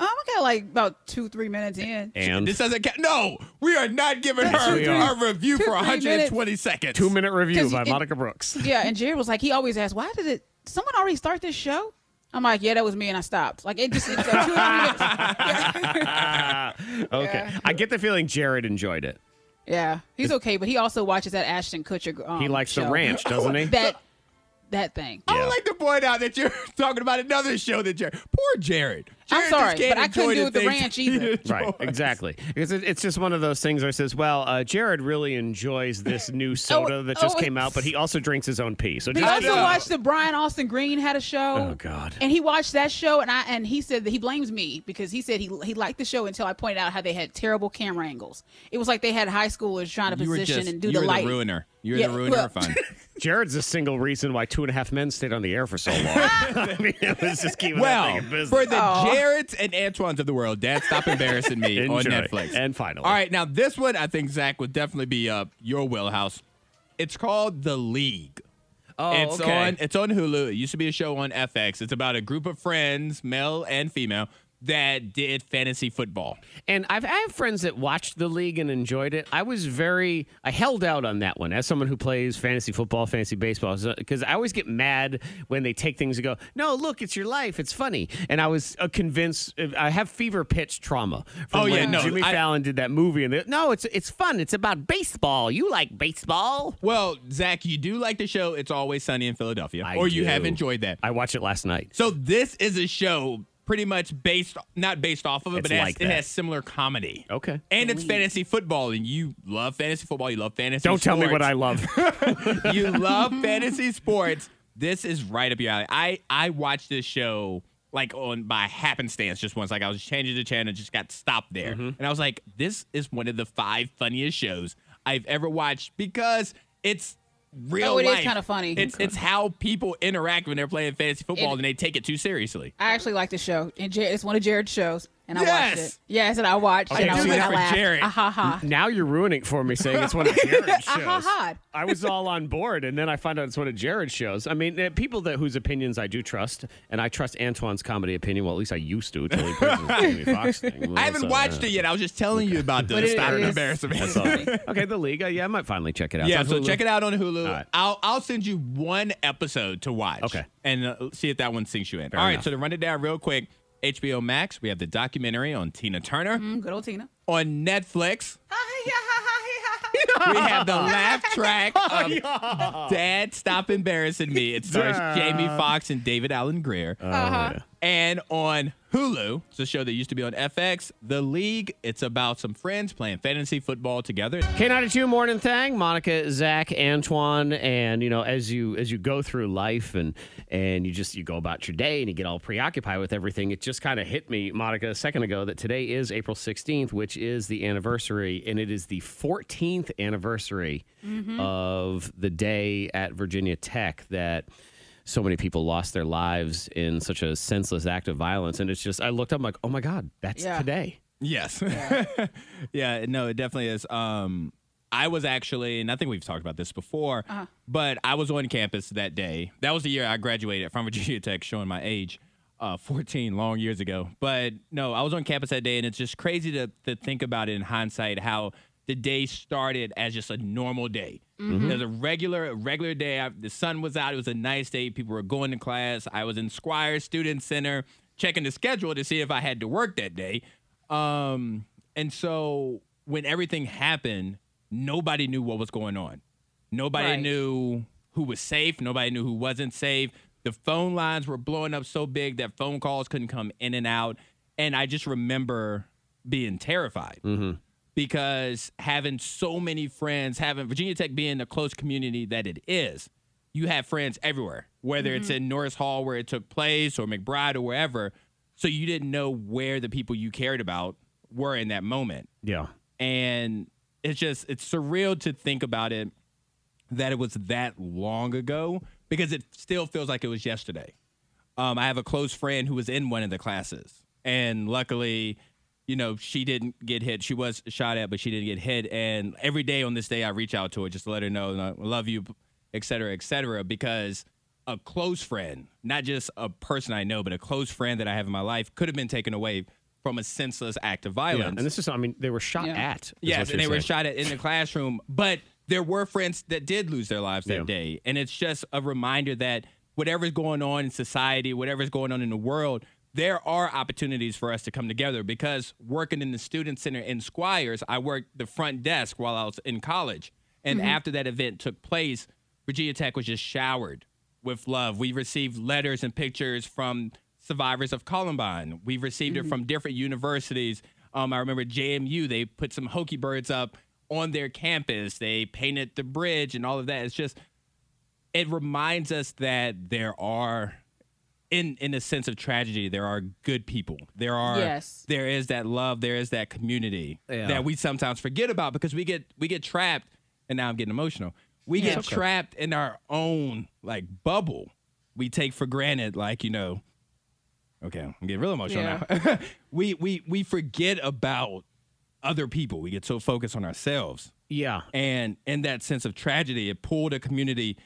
Um, I got like about two, three minutes in. And This doesn't count. No, we are not giving her we a are. review Two, for three 120 seconds. two minute review 'Cause by it- Monica Brooks. Yeah, and Jared was like, he always asks, why did it? did Someone already start this show? I'm like, yeah, that was me, and I stopped. Like it just it's a two minutes. Okay. I get the feeling Jared enjoyed it. Yeah, he's okay, but he also watches that Ashton Kutcher. Um, He likes the show. ranch, doesn't he? That that thing. I Yeah. would like to point out that you're talking about another show that Jared. Poor Jared. Jared I'm sorry, just can't but I couldn't enjoy do it with the things ranch he either. enjoys. Right, exactly. Because it, it's just one of those things where it says, well, uh, Jared really enjoys this new soda that just oh, came out, but he also drinks his own pee. So But he just also know. watched the Brian Austin Green had a show. Oh, God. And he watched that show, and I and he said that he blames me because he said he he liked the show until I pointed out how they had terrible camera angles. It was like they had high schoolers trying to position and do you the were lighting. the ruiner. You're Yeah, the ruiner well- of fun. Jared's the single reason why Two and a Half Men stayed on the air for so long. I mean, it was just keeping that Well, thing in business. for the Jareds and Antoines of the world, Dad, stop embarrassing me on Enjoy. Netflix. And finally. All right, now this one I think Zach would definitely be up your wheelhouse. It's called The League. oh, it's on it's on Hulu. It used to be a show on FX. It's about a group of friends, male and female, that did fantasy football. And I've I have friends that watched the league and enjoyed it. I was very I held out on that one as someone who plays fantasy football, fantasy baseball, because I always get mad when they take things and go, "No, look, it's your life. It's funny." And I was uh, convinced. I have fever pitch trauma. From Oh, yeah, when no, Jimmy I- Fallon did that movie, and they, no, it's it's fun. It's about baseball. You like baseball? Well, Zach, you do like the show It's Always Sunny in Philadelphia. I or you do. have enjoyed that. I watched it last night. So this is a show pretty much based not based off of it, It's but it has, like it that. has similar comedy. Okay. And it's fantasy football, and you love fantasy football. You love fantasy. Don't tell me what I sports. love. you love fantasy sports. This is right up your alley. I I watched this show like on by happenstance just once. Like I was changing the channel, just got stopped there, Mm-hmm. and I was like, "This is one of the five funniest shows I've ever watched because it's." Real Oh, it is life. kinda funny. It's it's how people interact when they're playing fantasy football It- and they take it too seriously. I actually like the show, and Jared, it's one of Jared's shows, and I watched Yes! it. Yes, and I watched, Okay, and I do that was like, I for laughed. Jared. Mm-hmm. Ah ha ha. now you're ruining it for me saying it's one of Jared's shows. ha, ha. I was all on board, and then I find out it's one of Jared's shows. I mean, uh, people that whose opinions I do trust, and I trust Antoine's comedy opinion. Well, at least I used to. Until he put this Jamie Foxx thing. Well, I haven't so, watched uh, it yet. I was just telling you about But this. it Stop is- embarrassing me. that's all. okay, the league. Uh, yeah, I might finally check it out. Yeah, so check it out on Hulu. All right. I'll I'll send you one episode to watch. Okay. and uh, see if that one sinks you in. All right, enough. so to run it down real quick, HBO Max. We have the documentary on Tina Turner Mm, Good old Tina. on Netflix. We have the laugh track Oh, of Dad Stop Embarrassing Me. It stars Jamie Foxx and David Allen Greer. Oh, Uh-huh. And on Hulu, it's a show that used to be on FX, The League. It's about some friends playing fantasy football together. K ninety two morning thing. Monica, Zach, Antoine, and you know, as you as you go through life and and you just you go about your day and you get all preoccupied with everything. It just kind of hit me, Monica, a second ago that today is April sixteenth, which is the anniversary, and it is the fourteenth anniversary Mm-hmm. of the day at Virginia Tech that. So many people lost their lives in such a senseless act of violence. And it's just, I looked up, I'm like, oh my God, that's Yeah. today. Yes. yeah, no, it definitely is. Um I was actually, and I think we've talked about this before, but I was on campus that day. That was the year I graduated from Virginia Tech, showing my age, uh, 14 long years ago. But no, I was on campus that day, and it's just crazy to, to think about it in hindsight how the day started as just a normal day. It was a regular, a regular day. I, the sun was out. It was a nice day. People were going to class. I was in Squire Student Center checking the schedule to see if I had to work that day. Um, and so when everything happened, nobody knew what was going on. Nobody Right. knew who was safe. Nobody knew who wasn't safe. The phone lines were blowing up so big that phone calls couldn't come in and out. And I just remember being terrified because having so many friends, having Virginia Tech being the close community that it is, you have friends everywhere, whether it's in Norris Hall where it took place or McBride or wherever. So you didn't know where the people you cared about were in that moment. Yeah. And it's just, it's surreal to think about it that it was that long ago because it still feels like it was yesterday. Um, I have a close friend who was in one of the classes, and luckily, you know, she didn't get hit. She was shot at, but she didn't get hit. And every day on this day, I reach out to her just to let her know, I love you, et cetera, et cetera, because a close friend, not just a person I know, but a close friend that I have in my life could have been taken away from a senseless act of violence. And this is, I mean, they were shot Yeah. at. is Yes, what and they you're were saying. shot at in the classroom. But there were friends that did lose their lives that Yeah. day. And it's just a reminder that whatever's going on in society, whatever's going on in the world, there are opportunities for us to come together because working in the student center in Squires, I worked the front desk while I was in college. And after that event took place, Virginia Tech was just showered with love. We received letters and pictures from survivors of Columbine. We've received it from different universities. Um, I remember JMU, they put some hokey birds up on their campus. They painted the bridge and all of that. It's just, it reminds us that there are, in, in a sense of tragedy, there are good people. There are, Yes. there is that love, there is that community that we sometimes forget about because we get, we get trapped, and now I'm getting emotional. We get trapped in our own like bubble. We take for granted, like, you know, Okay, I'm getting real emotional now. we we we forget about other people. We get so focused on ourselves, Yeah. and in that sense of tragedy, it pulled a community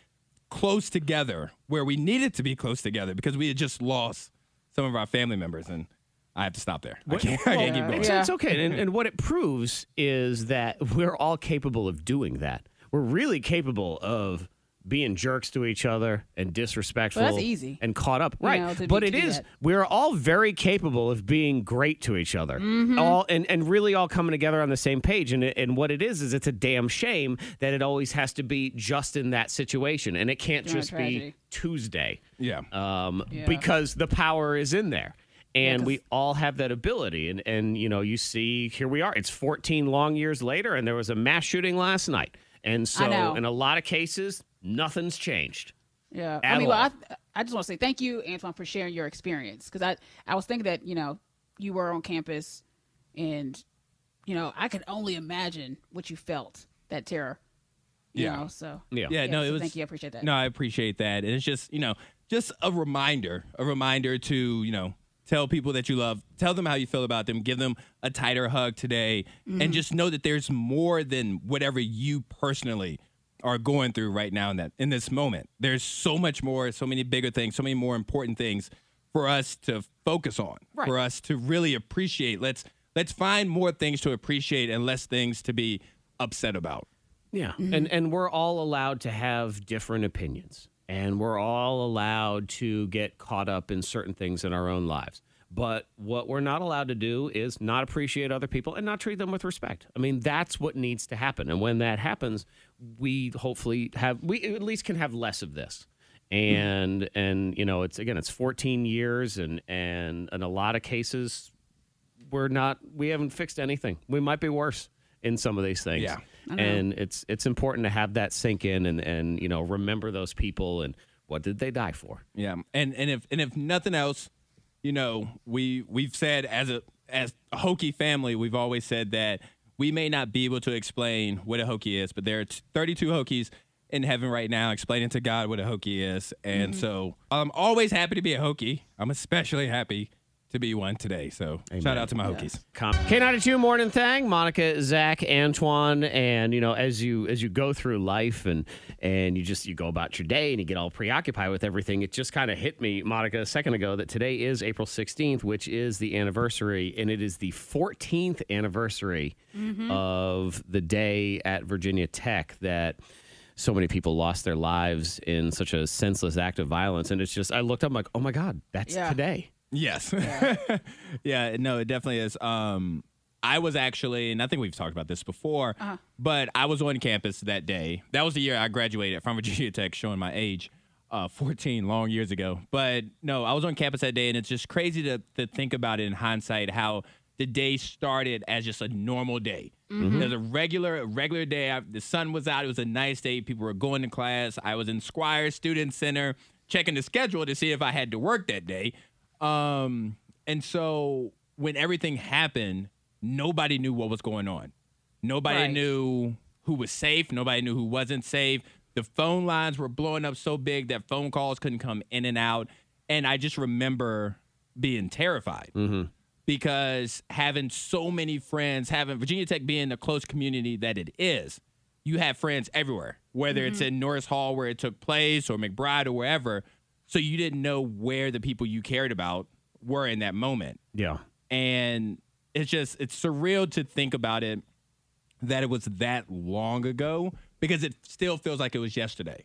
close together where we needed to be close together because we had just lost some of our family members, and I have to stop there. I can't, I can't keep going. It's, Yeah. it's okay. And, and what it proves is that we're all capable of doing that. We're really capable of being jerks to each other and disrespectful easy. and caught up You right know, to be- but to it do is that. we're all very capable of being great to each other Mm-hmm. all and, and really all coming together on the same page and, it- and what it is is it's a damn shame that it always has to be just in that situation and it can't During a just be tragedy. tuesday Yeah. um, because the power is in there. and we all have that ability and and you know you see here we are it's 14 long years later and there was a mass shooting last night and so know. in a lot of cases nothing's changed Yeah. At I mean, well, all. I, I just want to say thank you, Antoine, for sharing your experience because I, I was thinking that, you know, you were on campus and, you know, I could only imagine what you felt that terror. You Yeah. Know, so, Yeah. yeah, no, so it was. Thank you. I appreciate that. No, I appreciate that. And it's just, you know, just a reminder, a reminder to, you know, tell people that you love, tell them how you feel about them, give them a tighter hug today, and just know that there's more than whatever you personally are going through right now in that in this moment. There's so much more, so many bigger things, so many more important things for us to focus on, for us to really appreciate. Let's let's find more things to appreciate and less things to be upset about. Yeah. And and we're all allowed to have different opinions. And we're all allowed to get caught up in certain things in our own lives. But what we're not allowed to do is not appreciate other people and not treat them with respect. I mean, that's what needs to happen. And when that happens, we hopefully have we at least can have less of this and and you know it's again it's 14 years and and in a lot of cases we're not we haven't fixed anything we might be worse in some of these things Yeah. and it's it's important to have that sink in and and you know remember those people and what did they die for Yeah, and and if and if nothing else, you know, we we've said as a as a Hokie family, we've always said that we may not be able to explain what a Hokie is, but there are t- 32 Hokies in heaven right now explaining to God what a Hokie is, and so I'm always happy to be a Hokie. I'm especially happy to be one today. So shout out to my Hokies. Com- K92 morning thing. Monica, Zach, Antoine, and you know, as you as you go through life and and you just you go about your day and you get all preoccupied with everything, it just kind of hit me, Monica, a second ago that today is April 16th, which is the anniversary, and it is the 14th anniversary of the day at Virginia Tech that so many people lost their lives in such a senseless act of violence. And it's just I looked up I'm like, oh my God, that's Yeah. today. Yes. yeah, no, it definitely is. Um I was actually, and I think we've talked about this before, but I was on campus that day. That was the year I graduated from Virginia Tech, showing my age, uh, 14 long years ago. But no, I was on campus that day, and it's just crazy to, to think about it in hindsight how the day started as just a normal day. It was a regular, a regular day. I, the sun was out. It was a nice day. People were going to class. I was in Squire Student Center checking the schedule to see if I had to work that day. Um, and so when everything happened, nobody knew what was going on. Nobody Right. knew who was safe. Nobody knew who wasn't safe. The phone lines were blowing up so big that phone calls couldn't come in and out. And I just remember being terrified because having so many friends, having Virginia Tech being the close community that it is, you have friends everywhere, whether it's in Norris Hall where it took place or McBride or wherever. So you didn't know where the people you cared about were in that moment. Yeah. And it's just, it's surreal to think about it that it was that long ago because it still feels like it was yesterday.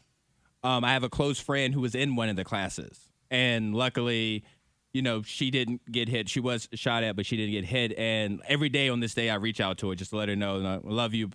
Um, I have a close friend who was in one of the classes, and luckily, you know, she didn't get hit. She was shot at, but she didn't get hit. And every day on this day, I reach out to her just to let her know, I love you,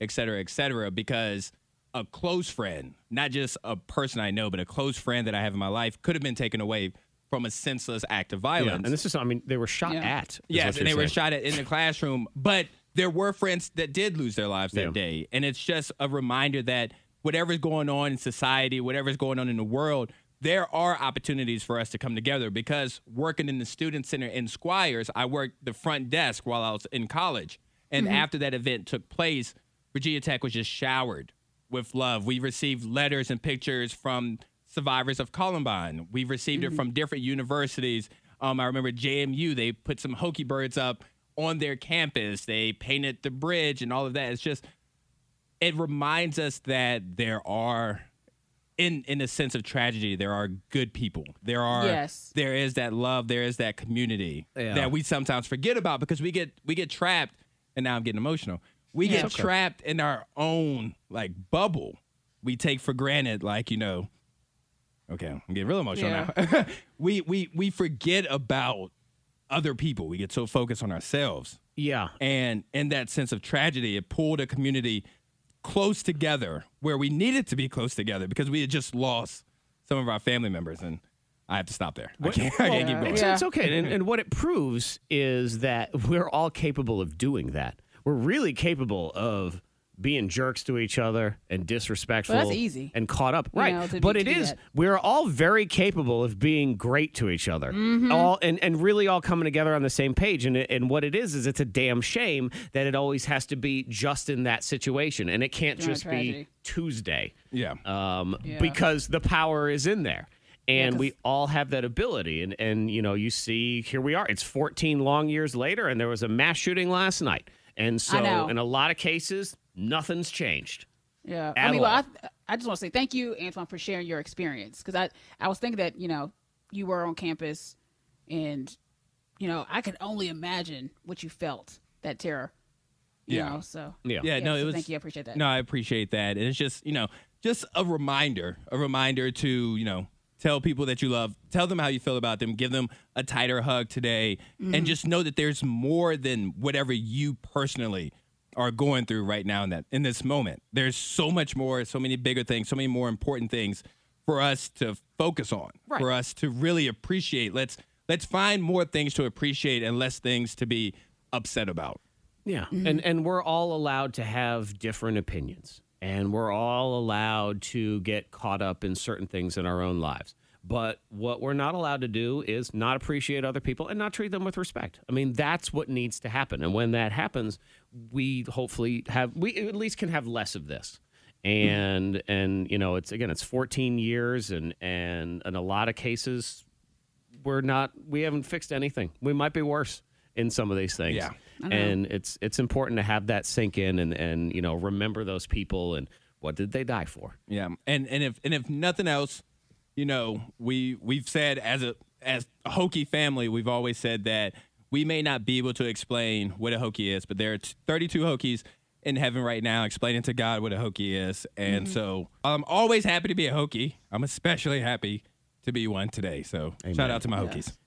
et cetera, et cetera, because a close friend, not just a person I know, but a close friend that I have in my life could have been taken away from a senseless act of violence. Yeah. And this is I mean, they were shot Yeah. at. is Yes, what and they you're saying. were shot at in the classroom. But there were friends that did lose their lives that Yeah. day. And it's just a reminder that whatever's going on in society, whatever's going on in the world, there are opportunities for us to come together because working in the student center in Squires, I worked the front desk while I was in college. And after that event took place, Virginia Tech was just showered with love. We received letters and pictures from survivors of Columbine. We've received it from different universities. Um, I remember JMU, they put some Hokie birds up on their campus. They painted the bridge and all of that. It's just, it reminds us that there are, in in a sense of tragedy, there are good people. There are, Yes. there is that love. There is that community that we sometimes forget about because we get we get trapped. And now I'm getting emotional. We Yeah. get trapped in our own like bubble. We take for granted, like you know, Okay, I'm getting real emotional now. we we we forget about other people. We get so focused on ourselves. Yeah. And in that sense of tragedy, it pulled a community close together where we needed to be close together because we had just lost some of our family members. And I have to stop there. I can't, I can't keep going. It's, it's okay. And, and what it proves is that we're all capable of doing that. We're really capable of being jerks to each other and disrespectful easy. and caught up. You Right. know, to but be- it to do is that. we're all very capable of being great to each other. Mm-hmm. All and, and really all coming together on the same page. And it- and what it is is it's a damn shame that it always has to be just in that situation. And it can't During a just be tragedy. Tuesday Yeah. um, Yeah. because the power is in there. And we all have that ability. And, and, you know, you see, here we are. It's 14 long years later, and there was a mass shooting last night. And so, know. in a lot of cases, nothing's changed. Yeah. at I mean, well, all. I, I just want to say thank you, Antoine, for sharing your experience because I, I was thinking that, you know, you were on campus and, you know, I could only imagine what you felt that terror. You Yeah. Know, so, Yeah. Yeah, no, so it was. Thank you. I appreciate that. No, I appreciate that. And it's just, you know, just a reminder, a reminder to, you know, tell people that you love, tell them how you feel about them, give them a tighter hug today, and just know that there's more than whatever you personally are going through right now in that in this moment. There's so much more, so many bigger things, so many more important things for us to focus on, for us to really appreciate. Let's let's find more things to appreciate and less things to be upset about. Yeah. And and we're all allowed to have different opinions. And we're all allowed to get caught up in certain things in our own lives. But what we're not allowed to do is not appreciate other people and not treat them with respect. I mean, that's what needs to happen. And when that happens, we hopefully have we at least can have less of this. And and you know, it's again, it's 14 years and and in a lot of cases we're not we haven't fixed anything. We might be worse in some of these things. Yeah. And it's it's important to have that sink in and and you know remember those people and what did they die for? Yeah, and and if and if nothing else, you know, we we've said as a as a Hokie family, we've always said that we may not be able to explain what a Hokie is, but there are t- 32 Hokies in heaven right now explaining to God what a Hokie is, and so I'm always happy to be a Hokie. I'm especially happy to be one today. So shout out to my Hokies.